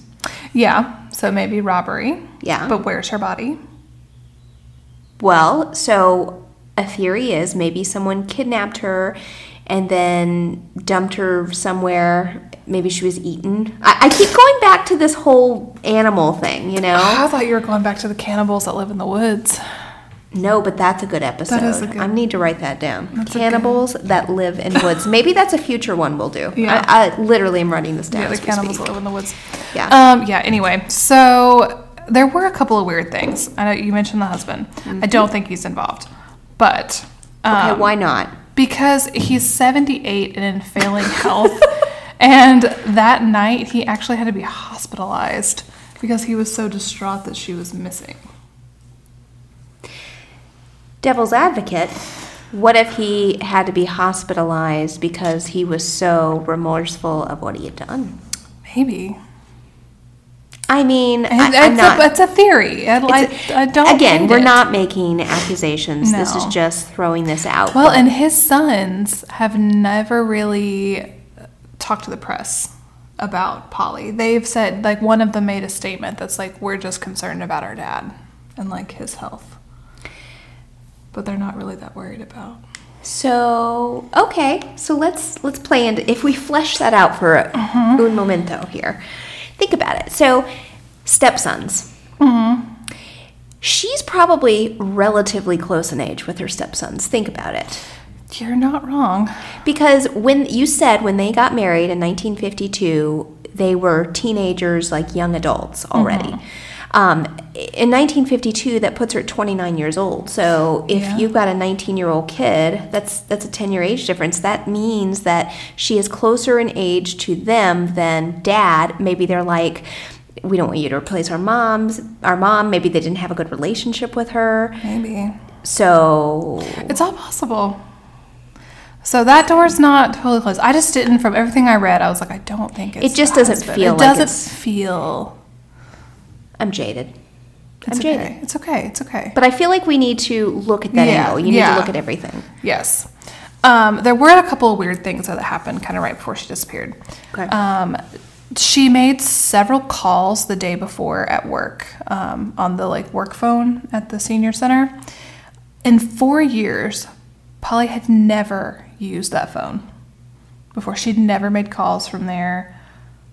Speaker 2: Yeah. So maybe robbery.
Speaker 3: Yeah.
Speaker 2: But where's her body?
Speaker 3: Well, so a theory is maybe someone kidnapped her and then dumped her somewhere. Maybe she was eaten. I, I keep going back to this whole animal thing, you know?
Speaker 2: I thought you were going back to the cannibals that live in the woods.
Speaker 3: No, but that's a good episode.
Speaker 2: is a good-
Speaker 3: I need to write that down.
Speaker 2: a good-
Speaker 3: cannibals that live in woods. Maybe that's a future one we'll do.
Speaker 2: Yeah.
Speaker 3: I, I literally am writing this down.
Speaker 2: Yeah, the
Speaker 3: as we
Speaker 2: cannibals
Speaker 3: speak.
Speaker 2: that live in the woods.
Speaker 3: Yeah.
Speaker 2: Um, yeah, anyway. So there were a couple of weird things. I know you mentioned the husband. I don't think he's involved. But um,
Speaker 3: Mm-hmm. okay, why not?
Speaker 2: because he's 78 and in failing health. and that night he actually had to be hospitalized because he was so distraught that she was missing.
Speaker 3: Devil's advocate. What if he had to be hospitalized because he was so remorseful of what he had done?
Speaker 2: Maybe.
Speaker 3: I mean, I,
Speaker 2: I,
Speaker 3: am
Speaker 2: it's,
Speaker 3: not.
Speaker 2: a, it's a theory. I,
Speaker 3: it's a-
Speaker 2: I- I don't.
Speaker 3: again,
Speaker 2: hate
Speaker 3: we're
Speaker 2: it.
Speaker 3: not making accusations. This is
Speaker 2: No.
Speaker 3: just throwing this out.
Speaker 2: Well,
Speaker 3: but-
Speaker 2: and his sons have never really talked to the press about Polly. They've said, like, one of them made a statement that's like, we're just concerned about our dad and, like, his health. But they're not really that worried about.
Speaker 3: So okay, so let's let's play and if we flesh that out for a un momento here, think about it. So stepsons. She's probably relatively close in age with her stepsons. Think about it,
Speaker 2: You're not wrong.
Speaker 3: because when you said when they got married in 1952, they were teenagers, like young adults already.
Speaker 2: Mm-hmm.
Speaker 3: Um, in 1952, that puts her at 29 years old. So if
Speaker 2: Yeah.
Speaker 3: you've got a 19 year old kid, that's that's a 10 year age difference. That means that she is closer in age to them than dad. Maybe they're like, we don't want you to replace our moms, our mom. Maybe they didn't have a good relationship with her.
Speaker 2: Maybe.
Speaker 3: So
Speaker 2: It's all possible. So that door's not totally closed. I just didn't, from everything I read, I was like, I don't think it's.
Speaker 3: It just
Speaker 2: the
Speaker 3: doesn't
Speaker 2: husband.
Speaker 3: feel
Speaker 2: It
Speaker 3: like
Speaker 2: doesn't
Speaker 3: it's-
Speaker 2: feel.
Speaker 3: I'm jaded.
Speaker 2: It's
Speaker 3: I'm
Speaker 2: okay.
Speaker 3: jaded.
Speaker 2: It's okay. It's okay.
Speaker 3: But I feel like we need to look at that
Speaker 2: Yeah,
Speaker 3: angle. You need
Speaker 2: yeah.
Speaker 3: to look at everything.
Speaker 2: Yes. Um, there were a couple of weird things that happened kind of right before she disappeared.
Speaker 3: Okay.
Speaker 2: Um, she made several calls the day before at work um, on the like work phone at the senior center. In four years, Polly had never used that phone before. She'd never made calls from there.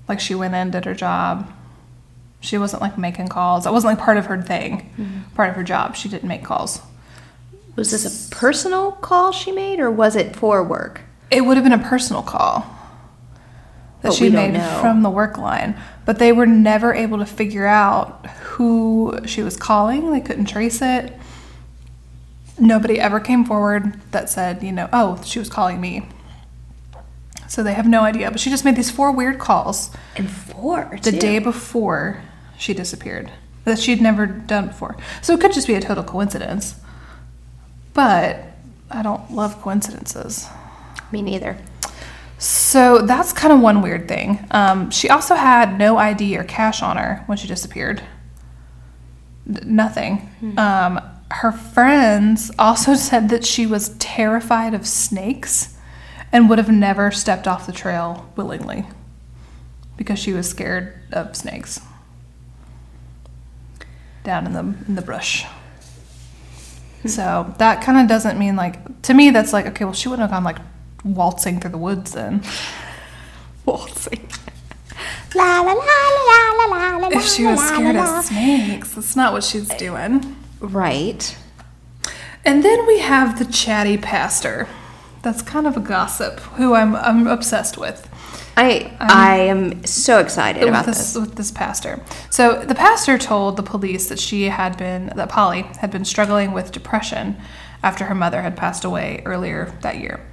Speaker 2: Like she went in, did her job. She wasn't like making calls. That wasn't like part of her thing, part of her job. She didn't make calls.
Speaker 3: Was this a personal call she made or was it for work?
Speaker 2: It would have been a personal call that
Speaker 3: But
Speaker 2: she
Speaker 3: we don't
Speaker 2: made
Speaker 3: know.
Speaker 2: from the work line, but they were never able to figure out who she was calling. They couldn't trace it. Nobody ever came forward that said, you know, oh, she was calling me. So they have no idea. But she just made these four weird calls
Speaker 3: And for
Speaker 2: the day before she disappeared that she'd never done before. So it could just be a total coincidence. But I don't love coincidences.
Speaker 3: Me neither.
Speaker 2: So that's kind of one weird thing. Um, she also had no ID or cash on her when she disappeared. N- nothing. Um, her friends also said that she was terrified of snakes and would have never stepped off the trail willingly because she was scared of snakes down in the in the brush. So that kind of doesn't mean like to me that's like okay well she wouldn't have gone like waltzing through the woods then waltzing
Speaker 3: La la la la la la la.
Speaker 2: if she was scared of snakes Eh. that's not what she's doing
Speaker 3: Right.
Speaker 2: and then we have the chatty pastor that's kind of a gossip who I'm I'm obsessed with
Speaker 3: I I am so excited about
Speaker 2: with
Speaker 3: this.
Speaker 2: with this pastor. So the pastor told the police that she had been that Polly had been struggling with depression after her mother had passed away earlier that year.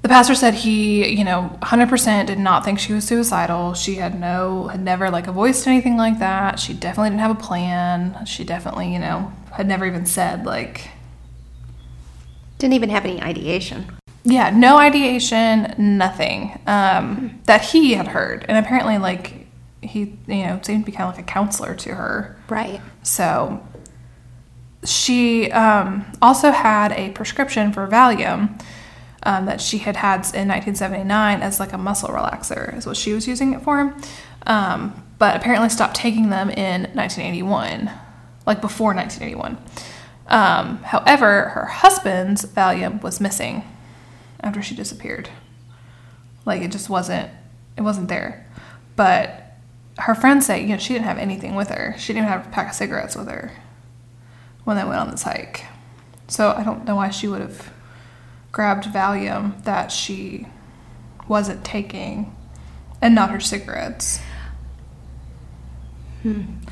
Speaker 2: The pastor said he, you know, 100% did not think she was suicidal. She had no had never like voiced anything like that. She definitely didn't have a plan. She definitely, you know, had never even said like
Speaker 3: Didn't even have any ideation.
Speaker 2: Yeah, no ideation, nothing um, that he had heard, and apparently, like he, you know, seemed to be kind of like a counselor to her.
Speaker 3: Right.
Speaker 2: So she um, also had a prescription for Valium um, that she had had in 1979 as like a muscle relaxer, is what she was using it for. Um, but apparently stopped taking them in 1981, like before 1981. Um, however, her husband's Valium was missing after she disappeared. Like it just wasn't, it wasn't there. But her friends say, you know, she didn't have anything with her. She didn't even have a pack of cigarettes with her when they went on this hike. So I don't know why she would have grabbed Valium that she wasn't taking and not her cigarettes.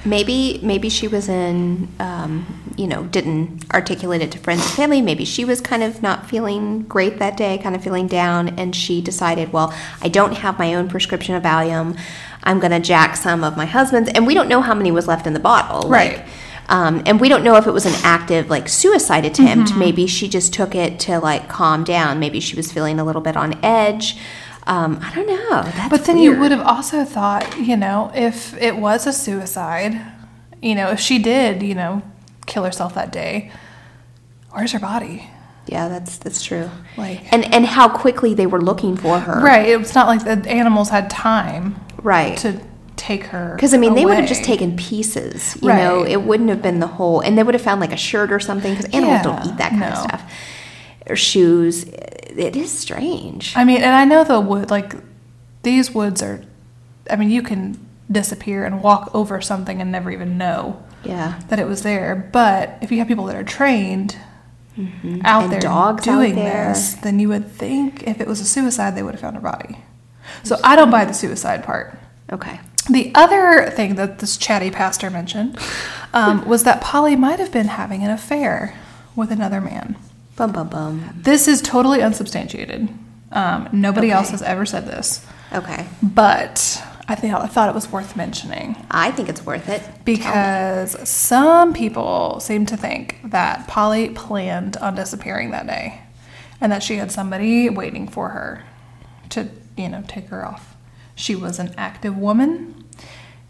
Speaker 3: Maybe maybe she was in um, you know didn't articulate it to friends and family. Maybe she was kind of not feeling great that day, kind of feeling down, and she decided, well, I don't have my own prescription of Valium. I'm gonna jack some of my husband's, and we don't know how many was left in the bottle. like,
Speaker 2: Right.
Speaker 3: Um, and we don't know if it was an active like suicide attempt.
Speaker 2: Mm-hmm.
Speaker 3: Maybe she just took it to like calm down. Maybe she was feeling a little bit on edge. Um, I don't know. That's
Speaker 2: But then you
Speaker 3: weird.
Speaker 2: would have also thought, you know, if it was a suicide, you know, if she did, you know, kill herself that day, where's her body?
Speaker 3: Yeah, that's that's true.
Speaker 2: Like-
Speaker 3: and and how quickly they were looking for her.
Speaker 2: Right. It's not like the animals had time
Speaker 3: Right.
Speaker 2: to take her.
Speaker 3: Because I mean, they would have just
Speaker 2: away.
Speaker 3: taken pieces. You know,
Speaker 2: Right.
Speaker 3: it wouldn't have been the whole, and they would have found like a shirt or something. Because animals don't
Speaker 2: Yeah,
Speaker 3: eat that kind of
Speaker 2: no.
Speaker 3: stuff, or shoes. It is strange.
Speaker 2: I mean, and I know the wood, like these woods are. I mean, you can disappear and walk over something and never even know
Speaker 3: yeah,
Speaker 2: that it was there. But if you have people that are trained out
Speaker 3: Mm-hmm. And
Speaker 2: there
Speaker 3: dogs out
Speaker 2: doing
Speaker 3: there.
Speaker 2: this, then you would think if it was a suicide, they would have found her body. So I don't buy the suicide part.
Speaker 3: okay.
Speaker 2: The other thing that this chatty pastor mentioned um, was that Polly might have been having an affair with another man.
Speaker 3: Bum bum bum.
Speaker 2: This is totally unsubstantiated. Um, nobody else
Speaker 3: Okay.
Speaker 2: has ever said this,
Speaker 3: Okay,
Speaker 2: but I think I thought it was worth mentioning
Speaker 3: I think it's worth it.
Speaker 2: because some people seem to think that Polly planned on disappearing that day, and that she had somebody waiting for her to, you know, take her off. She was an active woman.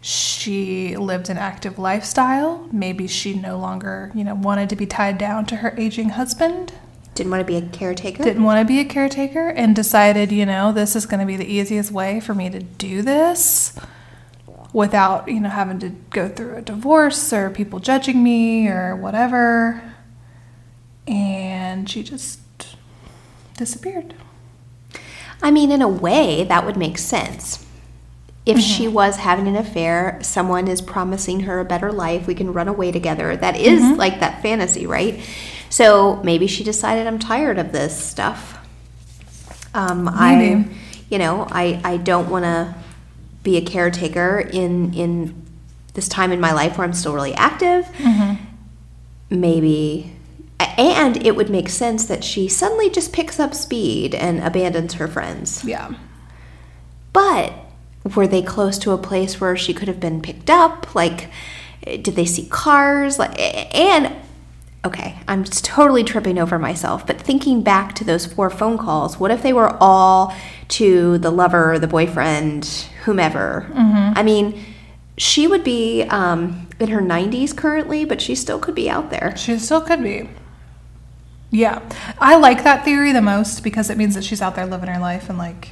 Speaker 2: She lived an active lifestyle. Maybe she no longer, you know, wanted to be tied down to her aging husband.
Speaker 3: Didn't want to be a caretaker.
Speaker 2: didn't want to be a caretaker and decided, you know, this is going to be the easiest way for me to do this without, you know, having to go through a divorce or people judging me or whatever. And she just disappeared.
Speaker 3: I mean, in a way, that would make sense. If she was having an affair, someone is promising her a better life, we can run away together. That is like that fantasy, right? So maybe she decided, I'm tired of this stuff. Um, I,
Speaker 2: Maybe.
Speaker 3: you know, I, I don't want to be a caretaker in, in this time in my life where I'm still really active maybe and it would make sense that she suddenly just picks up speed and abandons her friends
Speaker 2: Yeah.
Speaker 3: but were they close to a place where she could have been picked up like eh, did they see cars like eh, and okay i'm just totally tripping over myself but thinking back to those four phone calls what if they were all to the lover the boyfriend whomever i mean she would be um, in her 90s currently but she still could be out there
Speaker 2: She still could be. Yeah. I like that theory the most because it means that she's out there living her life and, like,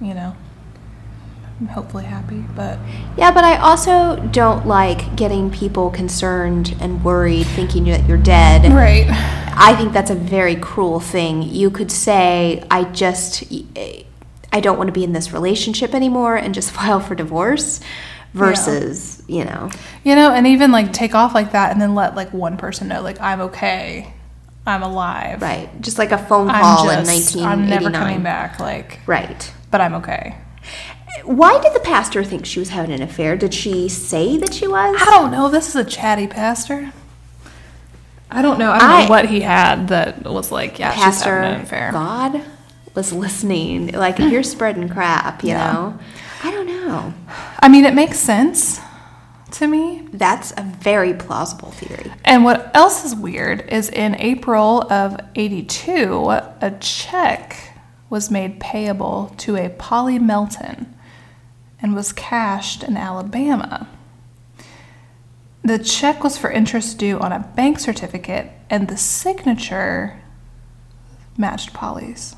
Speaker 2: you know, hopefully happy, but.
Speaker 3: Yeah, but I also don't like getting people concerned and worried thinking that you're dead.
Speaker 2: Right.
Speaker 3: I think that's a very cruel thing. You could say, I just, I don't want to be in this relationship anymore and just file for divorce versus, you know.
Speaker 2: You know, and even like take off like that and then let like one person know, like, I'm okay. I'm alive.
Speaker 3: Right. Just like a phone
Speaker 2: I'm
Speaker 3: call
Speaker 2: just,
Speaker 3: in
Speaker 2: I'm
Speaker 3: 1989.
Speaker 2: never coming back. Like,
Speaker 3: Right.
Speaker 2: but I'm okay.
Speaker 3: Why did the pastor think she was having an affair? Did she say that she was?
Speaker 2: I don't know. This is a chatty pastor. I don't know. I don't
Speaker 3: I-
Speaker 2: know what he had that was like, yeah, she's
Speaker 3: pastor
Speaker 2: having an affair.
Speaker 3: God was listening. Like if you're spreading crap, you
Speaker 2: Yeah.
Speaker 3: know. I don't know.
Speaker 2: I mean, it makes sense to me.
Speaker 3: That's a very plausible theory.
Speaker 2: And what else is weird is in April of 82, a check was made payable to a Polly Melton and was cashed in Alabama. The check was for interest due on a bank certificate, and the signature matched Polly's.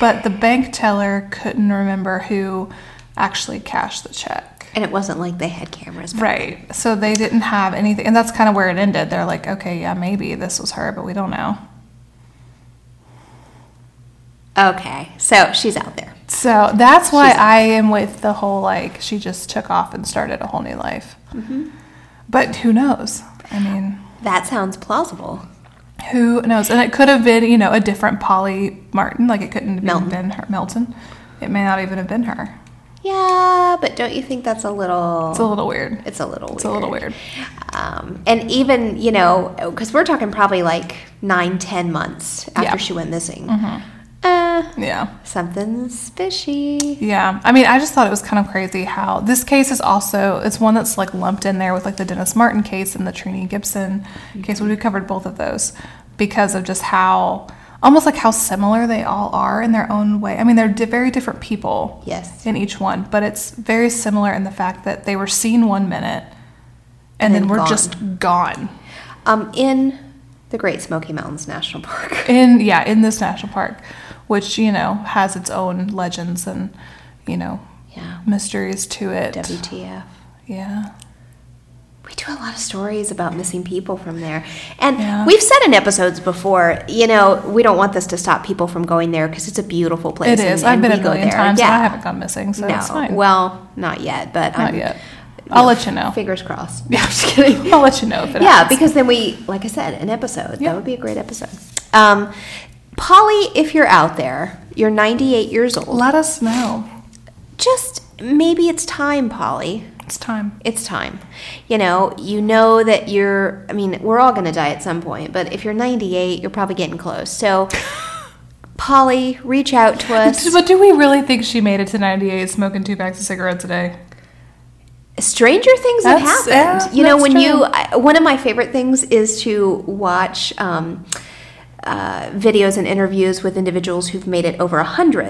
Speaker 2: But the bank teller couldn't remember who actually cashed the check.
Speaker 3: And it wasn't like they had cameras. back
Speaker 2: Right. So they didn't have anything. And that's kind of where it ended. They're like, okay, yeah, maybe this was her, but we don't know.
Speaker 3: Okay. So she's out there.
Speaker 2: So that's why I am with the whole like, she just took off and started a whole new life. But who knows? I mean,
Speaker 3: That sounds plausible.
Speaker 2: who knows? And it could have been, you know, a different Polly Martin. Like, it couldn't have
Speaker 3: Melton.
Speaker 2: been her, Melton. It may not even have been her.
Speaker 3: Yeah, but don't you think that's a little
Speaker 2: It's a little weird.
Speaker 3: it's a little weird.
Speaker 2: It's a little weird.
Speaker 3: Um, and even, you know, because we're talking probably like nine, ten months after
Speaker 2: Yeah.
Speaker 3: she went missing. Uh, eh,
Speaker 2: Yeah.
Speaker 3: something spishy.
Speaker 2: Yeah. I mean, I just thought it was kind of crazy how this case is also it's one that's like lumped in there with like the Dennis Martin case and the Trini Gibson case. We covered both of those because of just how almost like how similar they all are in their own way. I mean, they're di- very different people.
Speaker 3: Yes.
Speaker 2: In each one, but it's very similar in the fact that they were seen one minute and,
Speaker 3: And then
Speaker 2: then were
Speaker 3: gone.
Speaker 2: just gone.
Speaker 3: Um, in the Great Smoky Mountains National Park.
Speaker 2: in yeah in this national park which you know has its own legends and you know
Speaker 3: Yeah.
Speaker 2: mysteries to it
Speaker 3: WTF.
Speaker 2: yeah
Speaker 3: We do a lot of stories about missing people from there. And
Speaker 2: Yeah.
Speaker 3: we've said in episodes before, you know, we don't want this to stop people from going there because it's a beautiful place.
Speaker 2: it is
Speaker 3: and-
Speaker 2: i've
Speaker 3: and
Speaker 2: been
Speaker 3: we
Speaker 2: a
Speaker 3: go
Speaker 2: million
Speaker 3: there.
Speaker 2: times and
Speaker 3: Yeah.
Speaker 2: i haven't gone missing so
Speaker 3: no.
Speaker 2: it's fine
Speaker 3: Well, not yet, but
Speaker 2: Not
Speaker 3: I'm,
Speaker 2: yet. I'll let you know.
Speaker 3: Fingers crossed.
Speaker 2: yeah i'm just kidding i'll let you know if it
Speaker 3: Yeah,
Speaker 2: happens.
Speaker 3: because then we, like I said, an episode.
Speaker 2: Yeah.
Speaker 3: That would be a great episode. Um, Polly, if you're out there, you're 98 years old.
Speaker 2: let us know
Speaker 3: Just maybe it's time, Polly.
Speaker 2: it's time
Speaker 3: It's time. You know, you know that you're, I mean, we're all going to die at some point, but if you're 98, you're probably getting close. So, Polly, reach out to us.
Speaker 2: but do we really think she made it to 98 smoking two packs of cigarettes a day
Speaker 3: Stranger things have
Speaker 2: That's-
Speaker 3: happened.
Speaker 2: yeah,
Speaker 3: you know,
Speaker 2: that's
Speaker 3: when you,
Speaker 2: true.
Speaker 3: I, one of my favorite things is to watch um, uh, videos and interviews with individuals who've made it over 100.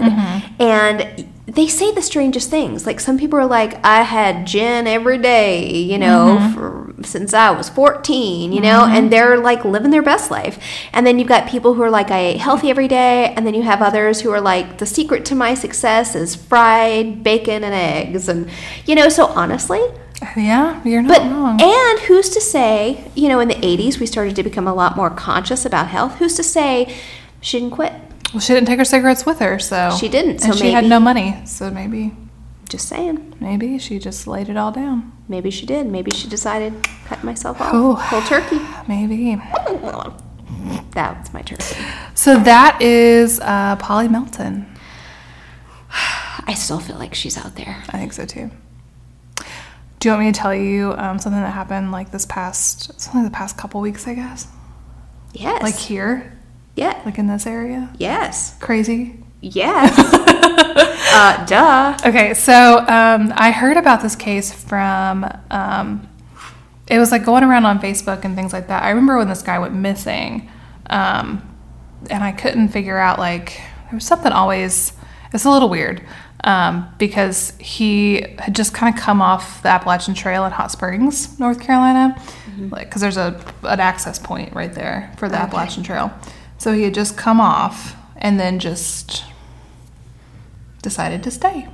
Speaker 3: And they say the strangest things. Like, some people are like, I had gin every day, you know, for, since I was 14, you know, and they're like living their best life. And then you've got people who are like, I ate healthy every day. And then you have others who are like, the secret to my success is fried bacon and eggs. And, you know, so honestly,
Speaker 2: yeah you're not
Speaker 3: but
Speaker 2: wrong
Speaker 3: and who's to say, you know, in the 80s we started to become a lot more conscious about health. Who's to say she didn't quit?
Speaker 2: well, she didn't take her cigarettes with her so
Speaker 3: She didn't, so
Speaker 2: and she had
Speaker 3: maybe-
Speaker 2: no money so maybe
Speaker 3: Just saying.
Speaker 2: maybe she just laid it all down
Speaker 3: Maybe she did. Maybe she decided cut myself off
Speaker 2: Oh.
Speaker 3: cold turkey.
Speaker 2: maybe
Speaker 3: That's my turkey.
Speaker 2: So that is uh, Polly Melton.
Speaker 3: I still feel like she's out there.
Speaker 2: I think so too. Do you want me to tell you um, something that happened like this past, it's only the past couple weeks, I guess?
Speaker 3: Yes.
Speaker 2: Like here,
Speaker 3: yeah.
Speaker 2: like in this area?
Speaker 3: Yes.
Speaker 2: Crazy.
Speaker 3: Yes. uh, duh.
Speaker 2: Okay, so um, I heard about this case from. Um, it was like going around on Facebook and things like that. I remember when this guy went missing, um, and I couldn't figure out like there was something always. It's a little weird um, because he had just kind of come off the Appalachian Trail in Hot Springs, North Carolina, like because there's a an access point right there for the Appalachian Trail. So he had just come off and then just decided to stay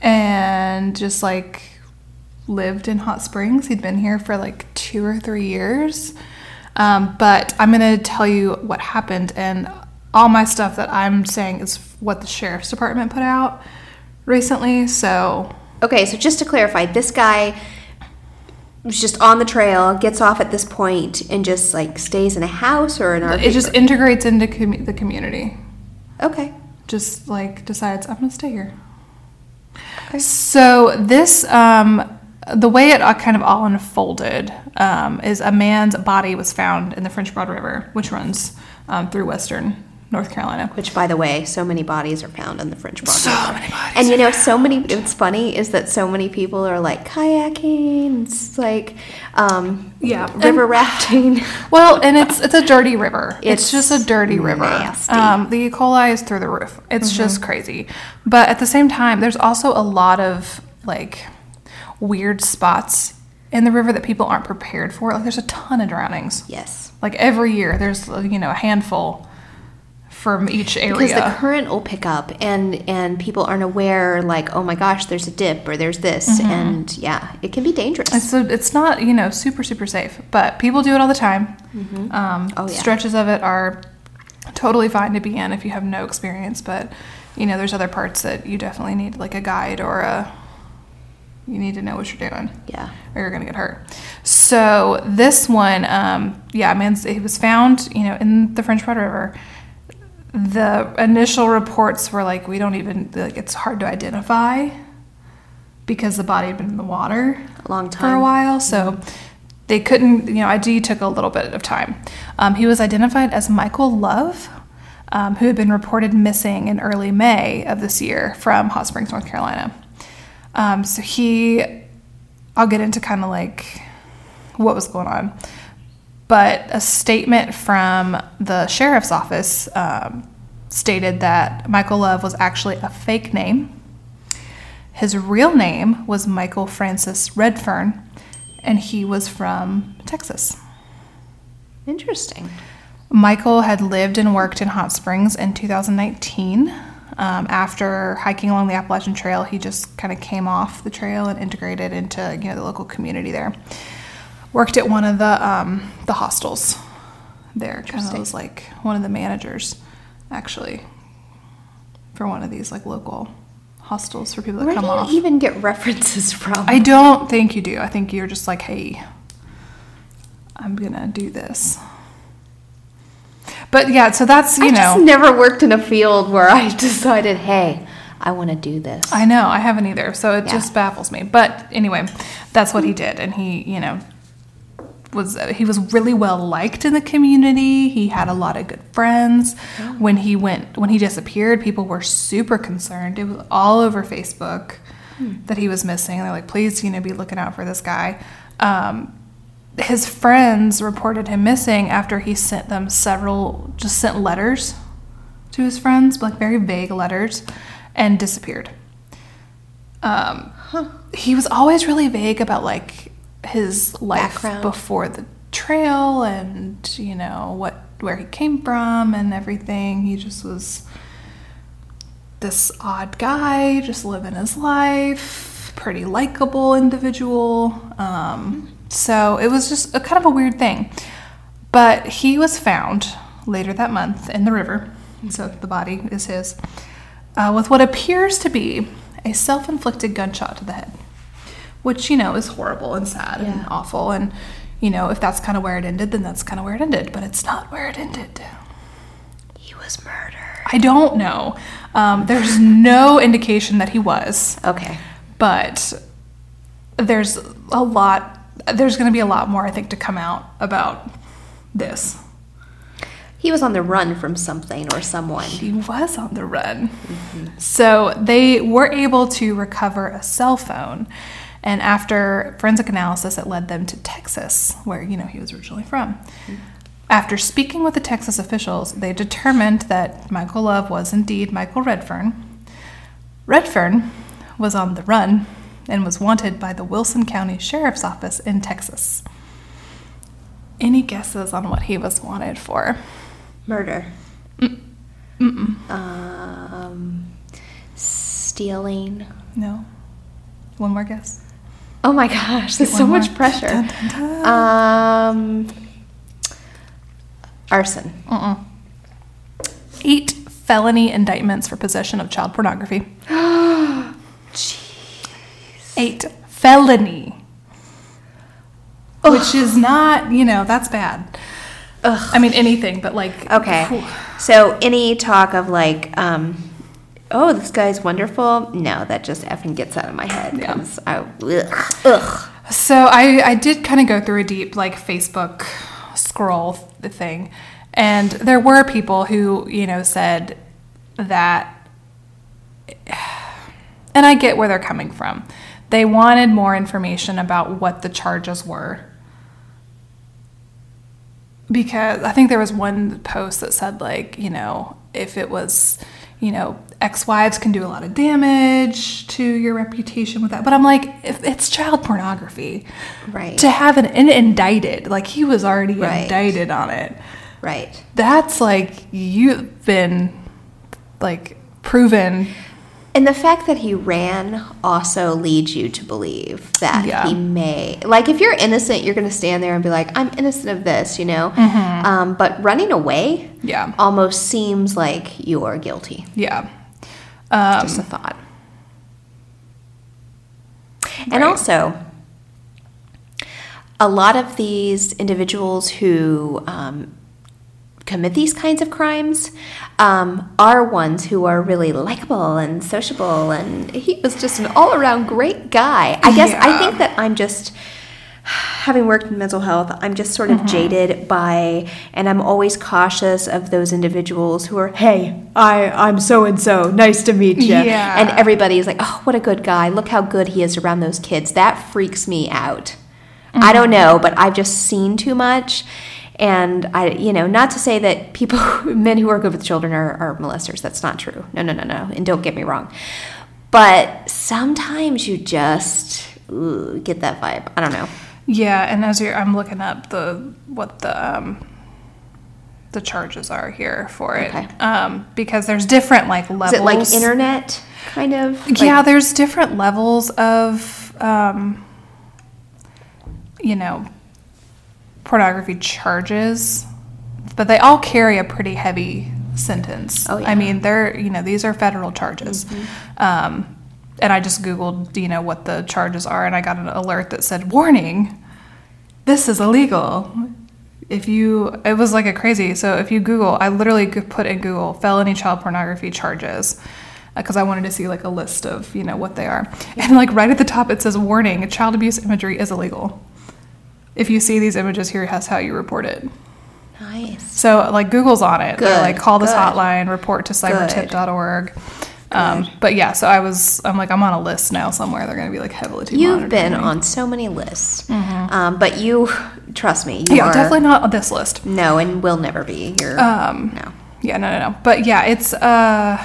Speaker 2: and just like lived in Hot Springs. He'd been here for like two or three years. Um, but I'm going to tell you what happened. And all my stuff that I'm saying is what the sheriff's department put out recently. So,
Speaker 3: Okay, so just to clarify, this guy was just on the trail, gets off at this point, and just like stays in a house or an RV.
Speaker 2: it just integrates into commu the community.
Speaker 3: okay.
Speaker 2: just like decides I'm gonna stay here. So this, um, the way it all kind of all unfolded um, is a man's body was found in the French Broad River, which runs um, through western North Carolina.
Speaker 3: Which, by the way, so many bodies are found on the French Broad.
Speaker 2: So
Speaker 3: River.
Speaker 2: many bodies.
Speaker 3: And you know, so many. It's funny is that so many people are like kayaking, it's like um,
Speaker 2: Yeah.
Speaker 3: river rafting.
Speaker 2: Well, and it's it's a dirty river.
Speaker 3: It's
Speaker 2: It's, just a dirty river.
Speaker 3: nasty. Mm-hmm.
Speaker 2: Um, the E. coli is through the roof. It's just crazy. But at the same time, there's also a lot of like weird spots in the river that people aren't prepared for. Like there's a ton of drownings.
Speaker 3: Yes,
Speaker 2: Like every year, there's you know a handful from each
Speaker 3: because
Speaker 2: area.
Speaker 3: the current will pick up, and and people aren't aware. Like, oh my gosh, there's a dip, or there's this, and yeah, it can be dangerous.
Speaker 2: Mm-hmm. It's a, it's not you know super super safe, but people do it all the time. Um,
Speaker 3: Oh, yeah.
Speaker 2: Stretches of it are totally fine to be in if you have no experience, but you know there's other parts that you definitely need like a guide or a you need to know what you're doing.
Speaker 3: Yeah.
Speaker 2: or you're gonna get hurt. So this one, um, yeah, man's he was found you know in the French Broad River. The initial reports were like we don't even like it's hard to identify because the body had been in the water
Speaker 3: A long
Speaker 2: for
Speaker 3: time.
Speaker 2: a while, so they couldn't. You know, ID took a little bit of time. Um, he was identified as Michael Love. um, who had been reported missing in early May of this year from Hot Springs, North Carolina. Um, so he, I'll get into kind of like what was going on, but a statement from the sheriff's office um, stated that Michael Love was actually a fake name. His real name was Michael Francis Redfern, and he was from Texas.
Speaker 3: Interesting.
Speaker 2: Michael had lived and worked in Hot Springs in 2019. Um, after hiking along the Appalachian Trail, he just kind of came off the trail and integrated into you know the local community there. Worked at one of the um, the hostels there. Kind of was like one of the managers, actually, for one of these like local hostels for people that
Speaker 3: Where do
Speaker 2: come
Speaker 3: you
Speaker 2: off.
Speaker 3: even get references from?
Speaker 2: I don't think you do. I think you're just like, hey, I'm gonna do this. But yeah, so that's you
Speaker 3: I
Speaker 2: know,
Speaker 3: just never worked in a field where I decided, hey, I want to do this.
Speaker 2: I know I haven't either. So it
Speaker 3: Yeah.
Speaker 2: just baffles me. But anyway, that's what he did, and he you know was uh, he was really well liked in the community. He had a lot of good friends. When he went when he disappeared, people were super concerned. It was all over Facebook that he was missing. They're like, please, you know, be looking out for this guy. Um, his friends reported him missing after he sent them several just sent letters to his friends, like very vague letters, and disappeared. Um, He was always really vague about like his life
Speaker 3: Background.
Speaker 2: before the trail and you know what where he came from and everything. He just was this odd guy, just living his life, pretty likable individual. Um, so it was just a kind of a weird thing. But he was found later that month in the river. So the body is his, uh, with what appears to be a self inflicted gunshot to the head, which, you know, is horrible and sad and awful. And, you know, if that's kind of where it ended, then that's kind of where it ended. But it's not where it ended.
Speaker 3: he was murdered.
Speaker 2: I don't know. Um, there's no indication that he was,
Speaker 3: Okay.
Speaker 2: but there's a lot. There's going to be a lot more, I think, to come out about this.
Speaker 3: He was on the run from something or someone.
Speaker 2: He was on the run. So they were able to recover a cell phone. And after forensic analysis, it led them to Texas, where, you know, he was originally from. After speaking with the Texas officials, they determined that Michael Love was indeed Michael Redfern. Redfern was on the run and was wanted by the Wilson County Sheriff's Office in Texas. Any guesses on what he was wanted for?
Speaker 3: Murder. Um, stealing.
Speaker 2: No. One more guess.
Speaker 3: Oh my gosh, there's
Speaker 2: One
Speaker 3: so
Speaker 2: more.
Speaker 3: much pressure.
Speaker 2: Dun, dun, dun.
Speaker 3: Um, arson.
Speaker 2: Mm-mm. Eight felony indictments for possession of child pornography. Eight felony. Which is not, you know, that's bad. I mean, anything, but like.
Speaker 3: Okay. So any talk of like, um, oh, this guy's wonderful. No, that just effing gets out of my head.
Speaker 2: Yeah.
Speaker 3: 'cause I, ugh, ugh.
Speaker 2: So I, I did kind of go through a deep like Facebook scroll th- thing, and there were people who you know said that, and I get where they're coming from. They wanted more information about what the charges were. Because I think there was one post that said, like, you know, if it was, you know, ex wives can do a lot of damage to your reputation with that. But I'm like, if it's child pornography
Speaker 3: Right.
Speaker 2: to have an, an indicted like he was already
Speaker 3: Right.
Speaker 2: indicted on it
Speaker 3: Right.
Speaker 2: that's like you've been like proven
Speaker 3: And the fact that he ran also leads you to believe that
Speaker 2: Yeah.
Speaker 3: he may. Like, if you're innocent, you're going to stand there and be like, I'm innocent of this, you know? Um, but running away
Speaker 2: Mm-hmm. yeah
Speaker 3: almost seems like you're guilty.
Speaker 2: yeah um,
Speaker 3: Just a thought. And also, a lot of these individuals who um, commit these kinds of crimes um, are ones who are really likable and sociable, and he was just an all around great guy. I guess I
Speaker 2: Yeah.
Speaker 3: think that I'm just. having worked in mental health, I'm just sort of jaded by, and I'm always cautious of those individuals who are, hey, I, I'm so and so, nice to meet you.
Speaker 2: Yeah.
Speaker 3: And everybody is like, oh, what a good guy. Look how good he is around those kids. That freaks me out. I don't know, but I've just seen too much. And I, you know, not to say that people, men who are good with children are, are molesters. That's not true. No, no, no, no. And don't get me wrong. But sometimes you just ugh, get that vibe. I don't know.
Speaker 2: Yeah, and as you're, I'm looking up the what the um, the charges are here for it,
Speaker 3: Okay.
Speaker 2: um, because there's different like levels.
Speaker 3: Is it like internet kind of? Like,
Speaker 2: yeah, there's different levels of um, you know pornography charges, but they all carry a pretty heavy sentence.
Speaker 3: Oh, yeah. Mm-hmm.
Speaker 2: I mean, they're you know these are federal charges. Um, and I just googled you know what the charges are, and I got an alert that said warning. This is illegal. If you, it was like a crazy. So if you Google, I literally g- put in Google felony child pornography charges because I wanted to see like a list of you know what they are, and like right at the top it says warning: child abuse imagery is illegal. If you see these images here, has how you report it.
Speaker 3: Nice.
Speaker 2: So like Google's on it. They're
Speaker 3: Good,
Speaker 2: like call this
Speaker 3: good.
Speaker 2: hotline, report to cybertip.org. Um, but yeah, so I was, I'm like, I'm on a list now somewhere. They're going to be like heavily
Speaker 3: You've
Speaker 2: monitoring
Speaker 3: been
Speaker 2: me.
Speaker 3: on so many lists, um, but you trust me. You
Speaker 2: yeah,
Speaker 3: are,
Speaker 2: definitely not on this list.
Speaker 3: No, and will never be. You're um, no.
Speaker 2: Yeah, no, no, no. But yeah, it's uh,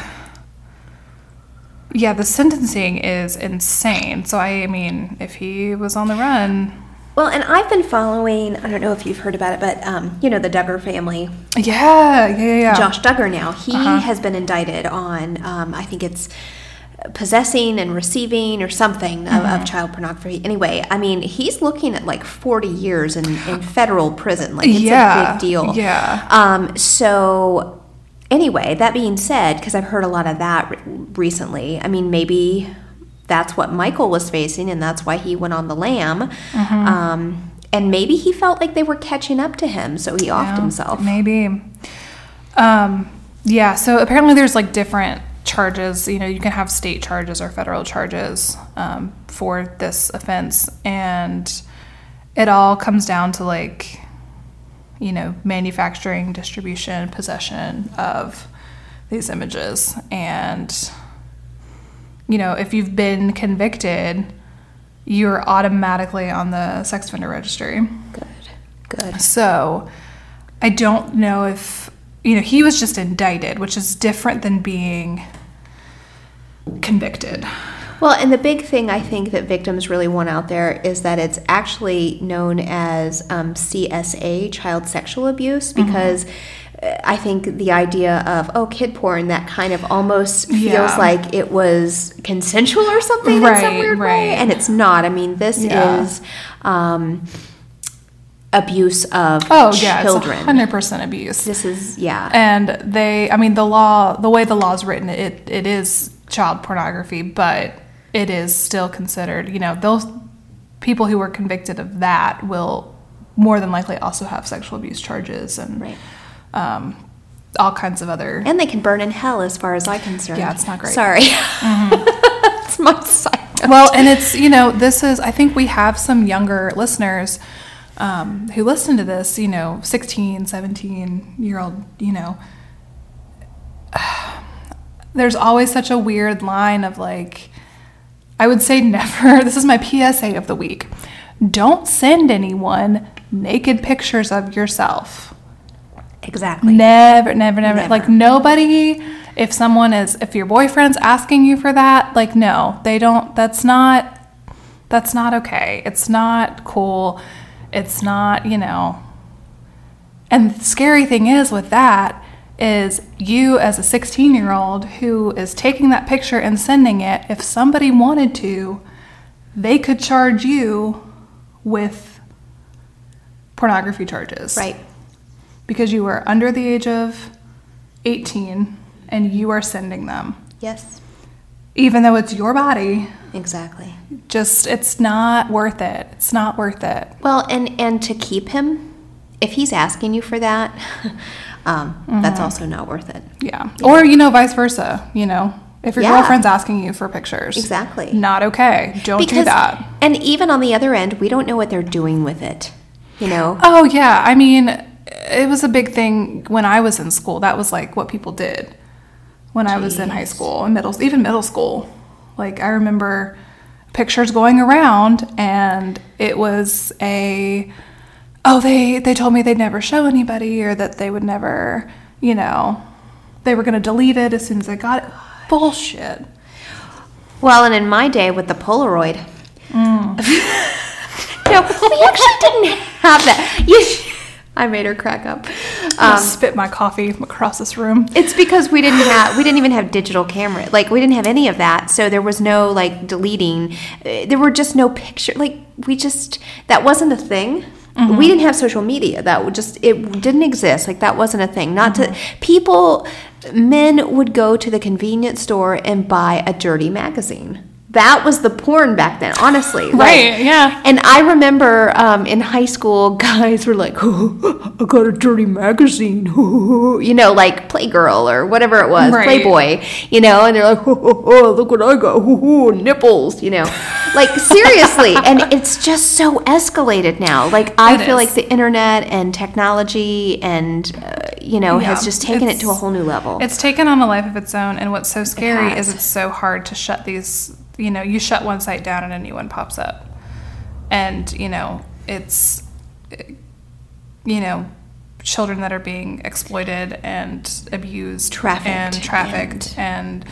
Speaker 2: yeah, the sentencing is insane. So I mean, if he was on the run,
Speaker 3: Well, and I've been following. I don't know if you've heard about it, but um, you know the Duggar family.
Speaker 2: yeah, yeah, yeah, Uh-huh. yeah.
Speaker 3: Josh Duggar now. He has been indicted on, um, I think it's possessing and receiving or something of,
Speaker 2: Mm-hmm.
Speaker 3: of child pornography. Anyway, I mean, he's looking at like 40 years in, in federal prison. Like, it's a
Speaker 2: Yeah,
Speaker 3: big deal.
Speaker 2: yeah.
Speaker 3: Um, so, anyway, that being said, because I've heard a lot of that re- recently, I mean, maybe that's what Michael was facing and that's why he went on the lam.
Speaker 2: Mm-hmm.
Speaker 3: Um, and maybe he felt like they were catching up to him, so he offed
Speaker 2: Yeah,
Speaker 3: himself.
Speaker 2: Maybe. Um, yeah, so apparently there's like different charges. You know, you can have state charges or federal charges um, for this offense. And it all comes down to like, you know, manufacturing, distribution, possession of these images. And you know, if you've been convicted, you're automatically on the sex offender registry.
Speaker 3: Good. Good.
Speaker 2: So I don't know if, you know, he was just indicted, which is different than being convicted.
Speaker 3: Well, and the big thing I think that victims really want out there is that it's actually known as um, CSA, child sexual abuse,
Speaker 2: Mm-hmm.
Speaker 3: because uh I think the idea of, oh, kid porn, that kind of almost feels
Speaker 2: Yeah.
Speaker 3: like it was consensual or something in some
Speaker 2: Right,
Speaker 3: weird way.
Speaker 2: right.
Speaker 3: And it's not. I mean, this
Speaker 2: Yeah.
Speaker 3: is. Um, abuse of
Speaker 2: Oh, yeah.
Speaker 3: children
Speaker 2: It's 100% abuse.
Speaker 3: this is yeah
Speaker 2: And they, I mean, the law, the way the law is written, it, it is child pornography, but it is still considered, you know, those people who were convicted of that will more than likely also have sexual abuse charges and
Speaker 3: Right.
Speaker 2: um, all kinds of other
Speaker 3: And they can burn in hell, as far as I'm concerned.
Speaker 2: Yeah, it's not great. Mm-hmm.
Speaker 3: Sorry. it's my side. note.
Speaker 2: well and it's you know this is i think we have some younger listeners um, who listen to this you know 16 17 year old you know there's always such a weird line of like i would say never this is my psa of the week don't send anyone naked pictures of yourself
Speaker 3: Exactly.
Speaker 2: Never, never, never,
Speaker 3: Never.
Speaker 2: Like nobody. If someone is, if your boyfriend's asking you for that, like no, they don't. That's not. That's not okay. It's not cool. It's not you know. And the scary thing is with that is you as a 16 year old who is taking that picture and sending it. If somebody wanted to, they could charge you with pornography charges
Speaker 3: Right.
Speaker 2: because you are under the age of 18 and you are sending them.
Speaker 3: Yes.
Speaker 2: Even though it's your body,
Speaker 3: Exactly.
Speaker 2: just it's not worth it. It's not worth it.
Speaker 3: Well, and and to keep him, if he's asking you for that,
Speaker 2: Mm-hmm.
Speaker 3: um, that's also not worth it.
Speaker 2: Yeah. Or, you know, vice versa, you know. If your
Speaker 3: Yeah.
Speaker 2: girlfriend's asking you for pictures,
Speaker 3: Exactly.
Speaker 2: not okay. Don't do that.
Speaker 3: and even on the other end, we don't know what they're doing with it. You know,
Speaker 2: Oh yeah, I mean, it was a big thing when I was in school. That was like what people did when I was in high school and middle, even middle school. Like I remember pictures going around, and it was a oh they they told me they'd never show anybody or that they would never you know they were gonna delete it as soon as I got it. Bullshit.
Speaker 3: Well, and in my day with the Polaroid, no, we actually didn't have that. You sh- I made her crack up.
Speaker 2: I
Speaker 3: Um,
Speaker 2: spit my coffee from across this room.
Speaker 3: it's because we didn't have we didn't even have digital camera. Like we didn't have any of that, so there was no like deleting. Uh, There were just no picture. Like we just that wasn't a thing. We didn't have social media. That would just it didn't exist. Like that wasn't a thing. Not to people. Men would go to the convenience store and buy a dirty magazine. That was the porn back then, honestly. like-
Speaker 2: Right, yeah.
Speaker 3: and I remember um, in high school, guys were like, I got a dirty magazine, you know, like Playgirl or whatever it was,
Speaker 2: Right.
Speaker 3: Playboy, you know, and they're like, "Oh, look what I got, nipples, you know. Like, seriously. and it's just so escalated now. Like, I
Speaker 2: It
Speaker 3: feel
Speaker 2: is.
Speaker 3: like the internet and technology and, uh, you know, has
Speaker 2: Yeah,
Speaker 3: just taken it to a
Speaker 2: it's-
Speaker 3: whole new level.
Speaker 2: It's taken on a life of its own, and what's so scary
Speaker 3: has.
Speaker 2: is it's so hard to shut these. You know, you shut one site down and a new one pops up, and you know it's, eh, you know, children that are being exploited and abused,
Speaker 3: Trafficked Mm-hmm.
Speaker 2: and trafficked, and,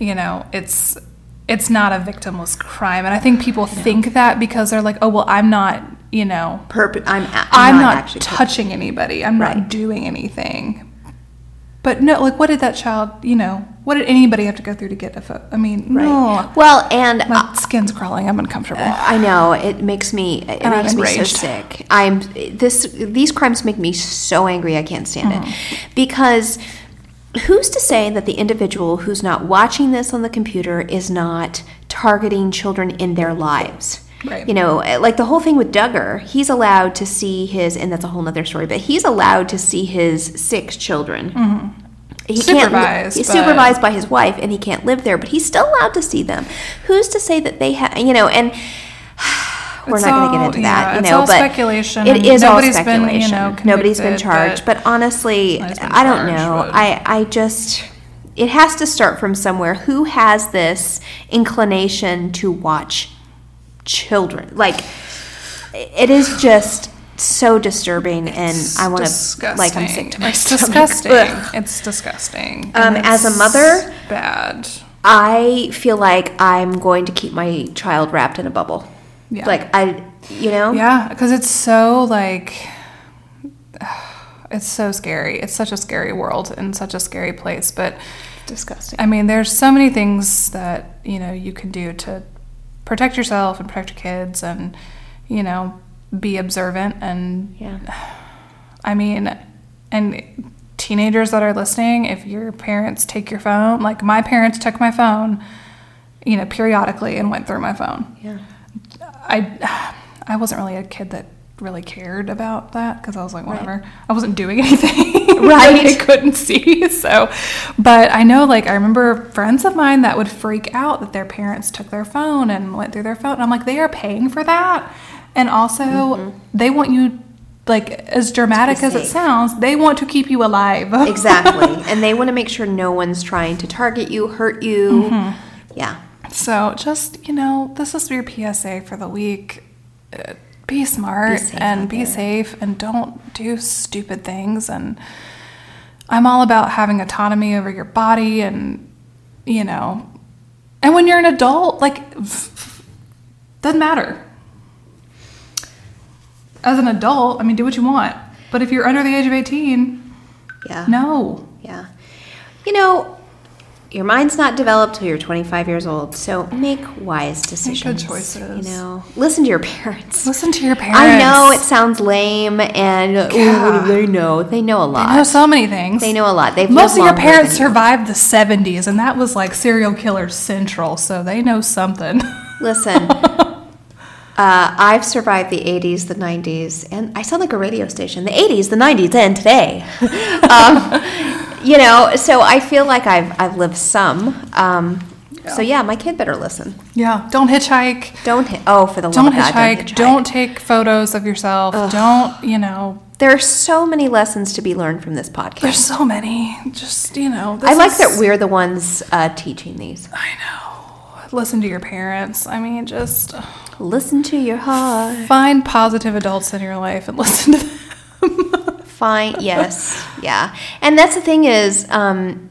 Speaker 2: you know it's it's not a victimless crime, and I think people think that because they're like, oh well, I'm not, you know,
Speaker 3: Perp- I'm, a-
Speaker 2: I'm, not,
Speaker 3: actually
Speaker 2: touching anybody. I'm
Speaker 3: Right.
Speaker 2: not doing anything. But no, like, what did that child, you know, what did anybody have to go through to get a photo? I mean, no.
Speaker 3: Well, and
Speaker 2: My skin's crawling. I'm uncomfortable.
Speaker 3: I know it makes me it
Speaker 2: I'm
Speaker 3: makes me so
Speaker 2: enraged.
Speaker 3: sick. I'm this these crimes make me so angry I can't stand
Speaker 2: Mm-hmm.
Speaker 3: it because who's to say that the individual who's not watching this on the computer is not targeting children in their lives?
Speaker 2: Right.
Speaker 3: You know, like the whole thing with Duggar, he's allowed to see his, and that's a whole nother story, but he's allowed to see his six children. He can't,
Speaker 2: Mm-hmm. Supervised,
Speaker 3: he's
Speaker 2: but-
Speaker 3: supervised by his wife, and he can't live there, but he's still allowed to see them. Who's to say that they have, you know, and we're
Speaker 2: It's
Speaker 3: not going to get
Speaker 2: all-
Speaker 3: into that,
Speaker 2: yeah,
Speaker 3: you
Speaker 2: it's
Speaker 3: know,
Speaker 2: all
Speaker 3: but
Speaker 2: speculation,
Speaker 3: It
Speaker 2: and
Speaker 3: is all
Speaker 2: nobody's been, you know,
Speaker 3: speculation. nobody's been
Speaker 2: convicted, but-
Speaker 3: charged, but, honestly,
Speaker 2: Nobody's been
Speaker 3: I don't
Speaker 2: charged,
Speaker 3: know.
Speaker 2: but-
Speaker 3: I I just it has to start from somewhere. Who has this inclination to watch children? Like it is just so disturbing,
Speaker 2: It's
Speaker 3: and I want to
Speaker 2: disgusting.
Speaker 3: like I'm sick to my
Speaker 2: It's
Speaker 3: stomach.
Speaker 2: disgusting.
Speaker 3: Ugh.
Speaker 2: It's disgusting.
Speaker 3: Um,
Speaker 2: And
Speaker 3: as a
Speaker 2: it's
Speaker 3: mother-
Speaker 2: bad.
Speaker 3: I feel like I'm going to keep my child wrapped in a bubble.
Speaker 2: Yeah.
Speaker 3: Like I, you know,
Speaker 2: Yeah, because it's so like, it's so scary. It's such a scary world and such a scary place. But
Speaker 3: disgusting.
Speaker 2: I mean, there's so many things that you know you can do to protect yourself and protect your kids, and you know, be observant. And
Speaker 3: Yeah.
Speaker 2: I mean, and teenagers that are listening, if your parents take your phone, like my parents took my phone, you know, periodically and went through my phone.
Speaker 3: Yeah.
Speaker 2: I I wasn't really a kid that really cared about that because I was like whatever I wasn't doing anything
Speaker 3: Right.
Speaker 2: I couldn't see so but I know like I remember friends of mine that would freak out that their parents took their phone and went through their phone and I'm like they are paying for that and also they want you like as dramatic as it
Speaker 3: safe.
Speaker 2: sounds they want to keep you alive
Speaker 3: Exactly. and they want to make sure no one's trying to target you, hurt you. Yeah.
Speaker 2: So just you know, this is your PSA for the week. Uh, Be smart
Speaker 3: safe
Speaker 2: and
Speaker 3: out
Speaker 2: be safe, and don't do stupid things. And I'm all about having autonomy over your body, and you know, and when you're an adult, like doesn't matter. As an adult, I mean, do what you want. But if you're under the age of 18,
Speaker 3: Yeah.
Speaker 2: no.
Speaker 3: Yeah. You know, your mind's not developed till you're 25 years old, so make wise decisions.
Speaker 2: choices.
Speaker 3: You know, listen to your parents.
Speaker 2: Listen to your parents.
Speaker 3: I know it sounds lame, and uh, "Ooh, what do they know? They know a lot.
Speaker 2: I know so many things.
Speaker 3: They know a lot. They've
Speaker 2: Most
Speaker 3: lived
Speaker 2: of your
Speaker 3: longer
Speaker 2: parents
Speaker 3: than you.
Speaker 2: survived the 70s, and that was like serial killer central, so they know something.
Speaker 3: Listen, uh, I've survived the 80s, the 90s, and I sound like a radio station. The 80s, the 90s, and today. um, you know, so I feel like I've, I've lived some. Um, So yeah, my kid better listen.
Speaker 2: Yeah. Don't hitchhike.
Speaker 3: Don't hit. Oh, for the love
Speaker 2: Don't
Speaker 3: of God,
Speaker 2: hitchhike. Don't, take photos of yourself. Don't, you know,
Speaker 3: There are so many lessons to be learned from this podcast.
Speaker 2: there's so many. Just, you know.
Speaker 3: I
Speaker 2: this
Speaker 3: like
Speaker 2: is-
Speaker 3: that we're the ones uh, teaching these.
Speaker 2: I know. Listen to your parents. I mean, just
Speaker 3: Listen to your heart.
Speaker 2: find positive adults in your life and listen to them.
Speaker 3: Fine. Yes. Yeah. And that's the thing is, um,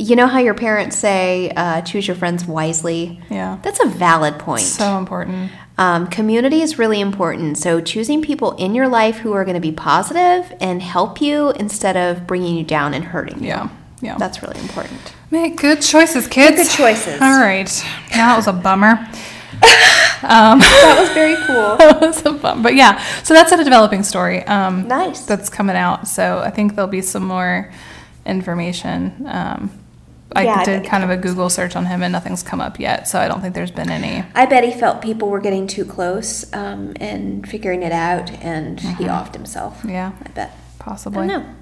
Speaker 3: you know how your parents say, uh, choose your friends wisely?
Speaker 2: Yeah.
Speaker 3: That's a valid point.
Speaker 2: So important.
Speaker 3: Um, community is really important. So, choosing people in your life who are going to be positive and help you instead of bringing you down and hurting you.
Speaker 2: Yeah. Yeah.
Speaker 3: That's really important.
Speaker 2: Make good choices, kids.
Speaker 3: good choices.
Speaker 2: All right. That was a bummer. Um,
Speaker 3: That was very cool.
Speaker 2: That was a bummer. But yeah, so that's a developing story. Um,
Speaker 3: Nice.
Speaker 2: That's coming out. So I think there'll be some more information. Um, I
Speaker 3: Yeah, I
Speaker 2: did
Speaker 3: think it
Speaker 2: kind of a Google search on him and nothing's come up yet. So I don't think there's been any.
Speaker 3: I bet he felt people were getting too close um, and figuring it out, and he offed himself.
Speaker 2: Yeah.
Speaker 3: I bet.
Speaker 2: Possibly.
Speaker 3: I don't know.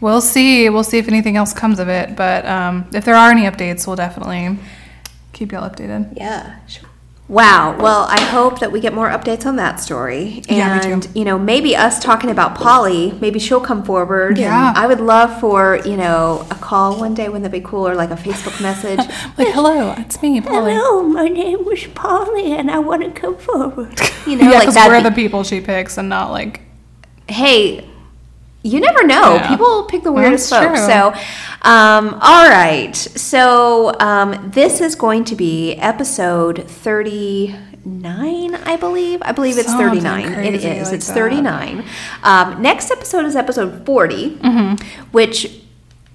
Speaker 2: We'll see. We'll see if anything else comes of it. But um, if there are any updates, we'll definitely keep y'all updated.
Speaker 3: Yeah. Sure. Wow. Well, I hope that we get more updates on that story. And,
Speaker 2: Yeah, me too.
Speaker 3: you know, maybe us talking about Polly, maybe she'll come forward.
Speaker 2: Yeah.
Speaker 3: And I would love for, you know, a call one day, wouldn't that be cool? Or like a Facebook message.
Speaker 2: Like, hello, it's me, Polly.
Speaker 4: Hello, my name is Polly, and I want to come forward.
Speaker 3: You know,
Speaker 2: Yeah,
Speaker 3: like
Speaker 2: because
Speaker 3: that.
Speaker 2: we're the people she picks and not like
Speaker 3: hey, you never know.
Speaker 2: Yeah.
Speaker 3: Oh, People pick the
Speaker 2: Well,
Speaker 3: weirdest
Speaker 2: that's
Speaker 3: folks.
Speaker 2: true.
Speaker 3: So, um, all right. So, um, this is going to be episode 39, I believe. I believe it's
Speaker 2: Something
Speaker 3: 39. It
Speaker 2: crazy
Speaker 3: is.
Speaker 2: like
Speaker 3: it's
Speaker 2: that.
Speaker 3: 39. Um, next episode is episode 40,
Speaker 2: Mm-hmm.
Speaker 3: which.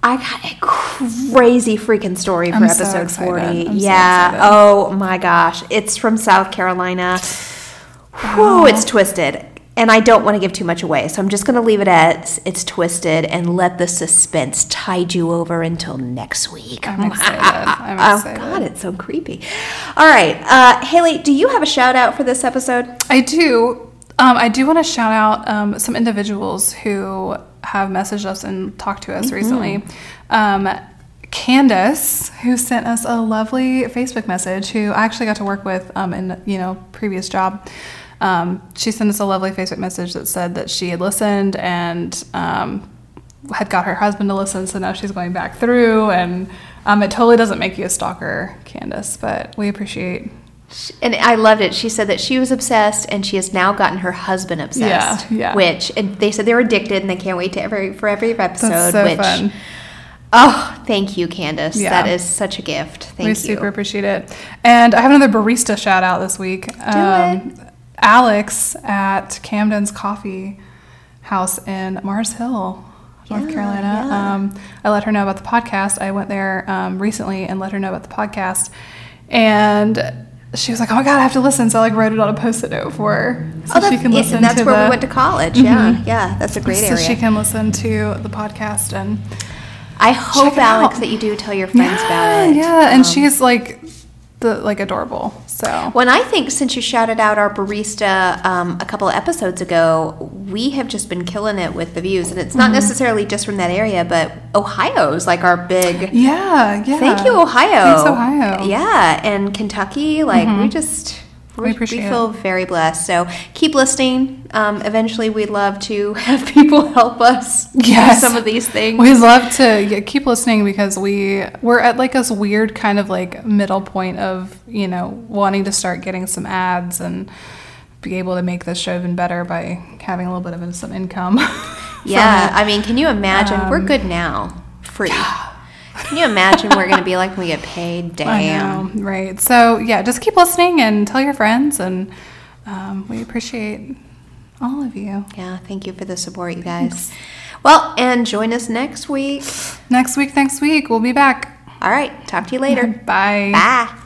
Speaker 3: I got a crazy freaking story for
Speaker 2: I'm so
Speaker 3: episode
Speaker 2: excited.
Speaker 3: 40.
Speaker 2: I'm so
Speaker 3: yeah.
Speaker 2: excited.
Speaker 3: oh my gosh. It's from South Carolina. Whew, it's twisted. And I don't want to give too much away, so I'm just going to leave it at it's twisted and let the suspense tide you over until next week.
Speaker 2: I'm excited. I'm excited.
Speaker 3: Oh, God, it's so creepy. All right. Uh, Haley, do you have a shout out for this episode?
Speaker 2: I do. Um, I do want to shout out um, some individuals who have messaged us and talked to us recently. Um, Candace, who sent us a lovely Facebook message, who I actually got to work with um, in you know previous job. Um, she sent us a lovely Facebook message that said that she had listened and um, had got her husband to listen, so now she's going back through. And um, it totally doesn't make you a stalker, Candace, but we appreciate
Speaker 3: She- And I loved it. She said that she was obsessed and she has now gotten her husband obsessed.
Speaker 2: Yeah, yeah.
Speaker 3: Which, and they said they're addicted and they can't wait to every, for every episode.
Speaker 2: so
Speaker 3: which,
Speaker 2: fun.
Speaker 3: Oh, thank you, Candace.
Speaker 2: Yeah.
Speaker 3: That is such a gift. Thank
Speaker 2: we
Speaker 3: you.
Speaker 2: super appreciate it. And I have another barista shout out this week. Um, Alex at Camden's Coffee House in Mars Hill, North Carolina. Um, I let her know about the podcast. I went there um, recently and let her know about the podcast. And she was like, "Oh my god, I have to listen!" So I like wrote it on a post-it note for her, so
Speaker 3: Oh, that's,
Speaker 2: she can
Speaker 3: yeah,
Speaker 2: listen.
Speaker 3: and that's
Speaker 2: to
Speaker 3: where
Speaker 2: the, Mm-hmm.
Speaker 3: we went to college. Yeah, yeah, that's a great
Speaker 2: so
Speaker 3: area.
Speaker 2: she can listen to the podcast and
Speaker 3: I hope,
Speaker 2: Check it
Speaker 3: Alex,
Speaker 2: out.
Speaker 3: that you do tell your friends
Speaker 2: yeah,
Speaker 3: Um, about it.
Speaker 2: yeah. And she's like the like adorable. So
Speaker 3: When I think since you shouted out our barista um, a couple of episodes ago, we have just been killing it with the views, and it's
Speaker 2: Mm-hmm.
Speaker 3: not necessarily just from that area, but Ohio's like our big.
Speaker 2: Yeah, yeah.
Speaker 3: Thank you, Ohio.
Speaker 2: Thanks, Ohio. Mm-hmm.
Speaker 3: Yeah, and Kentucky. Like we just. We, we
Speaker 2: appreciate
Speaker 3: feel very blessed. So keep listening. Um, eventually, we'd love to have people help us do
Speaker 2: Yes.
Speaker 3: some of these things.
Speaker 2: We love to yeah, keep listening because we we're at like this weird kind of like middle point of you know wanting to start getting some ads and be able to make this show even better by having a little bit of some income. from
Speaker 3: Yeah,
Speaker 2: it.
Speaker 3: I mean, can you imagine?
Speaker 2: Um,
Speaker 3: we're good now, free. Can you imagine we're gonna be like when we get paid?
Speaker 2: I
Speaker 3: Damn.
Speaker 2: know, right? So yeah, just keep listening and tell your friends, and um, we appreciate all of you.
Speaker 3: Yeah, thank you for the support, you guys. Well, and join us next week.
Speaker 2: Next week, next week, we'll be back.
Speaker 3: All right, talk to you later.
Speaker 2: Bye.
Speaker 3: Bye.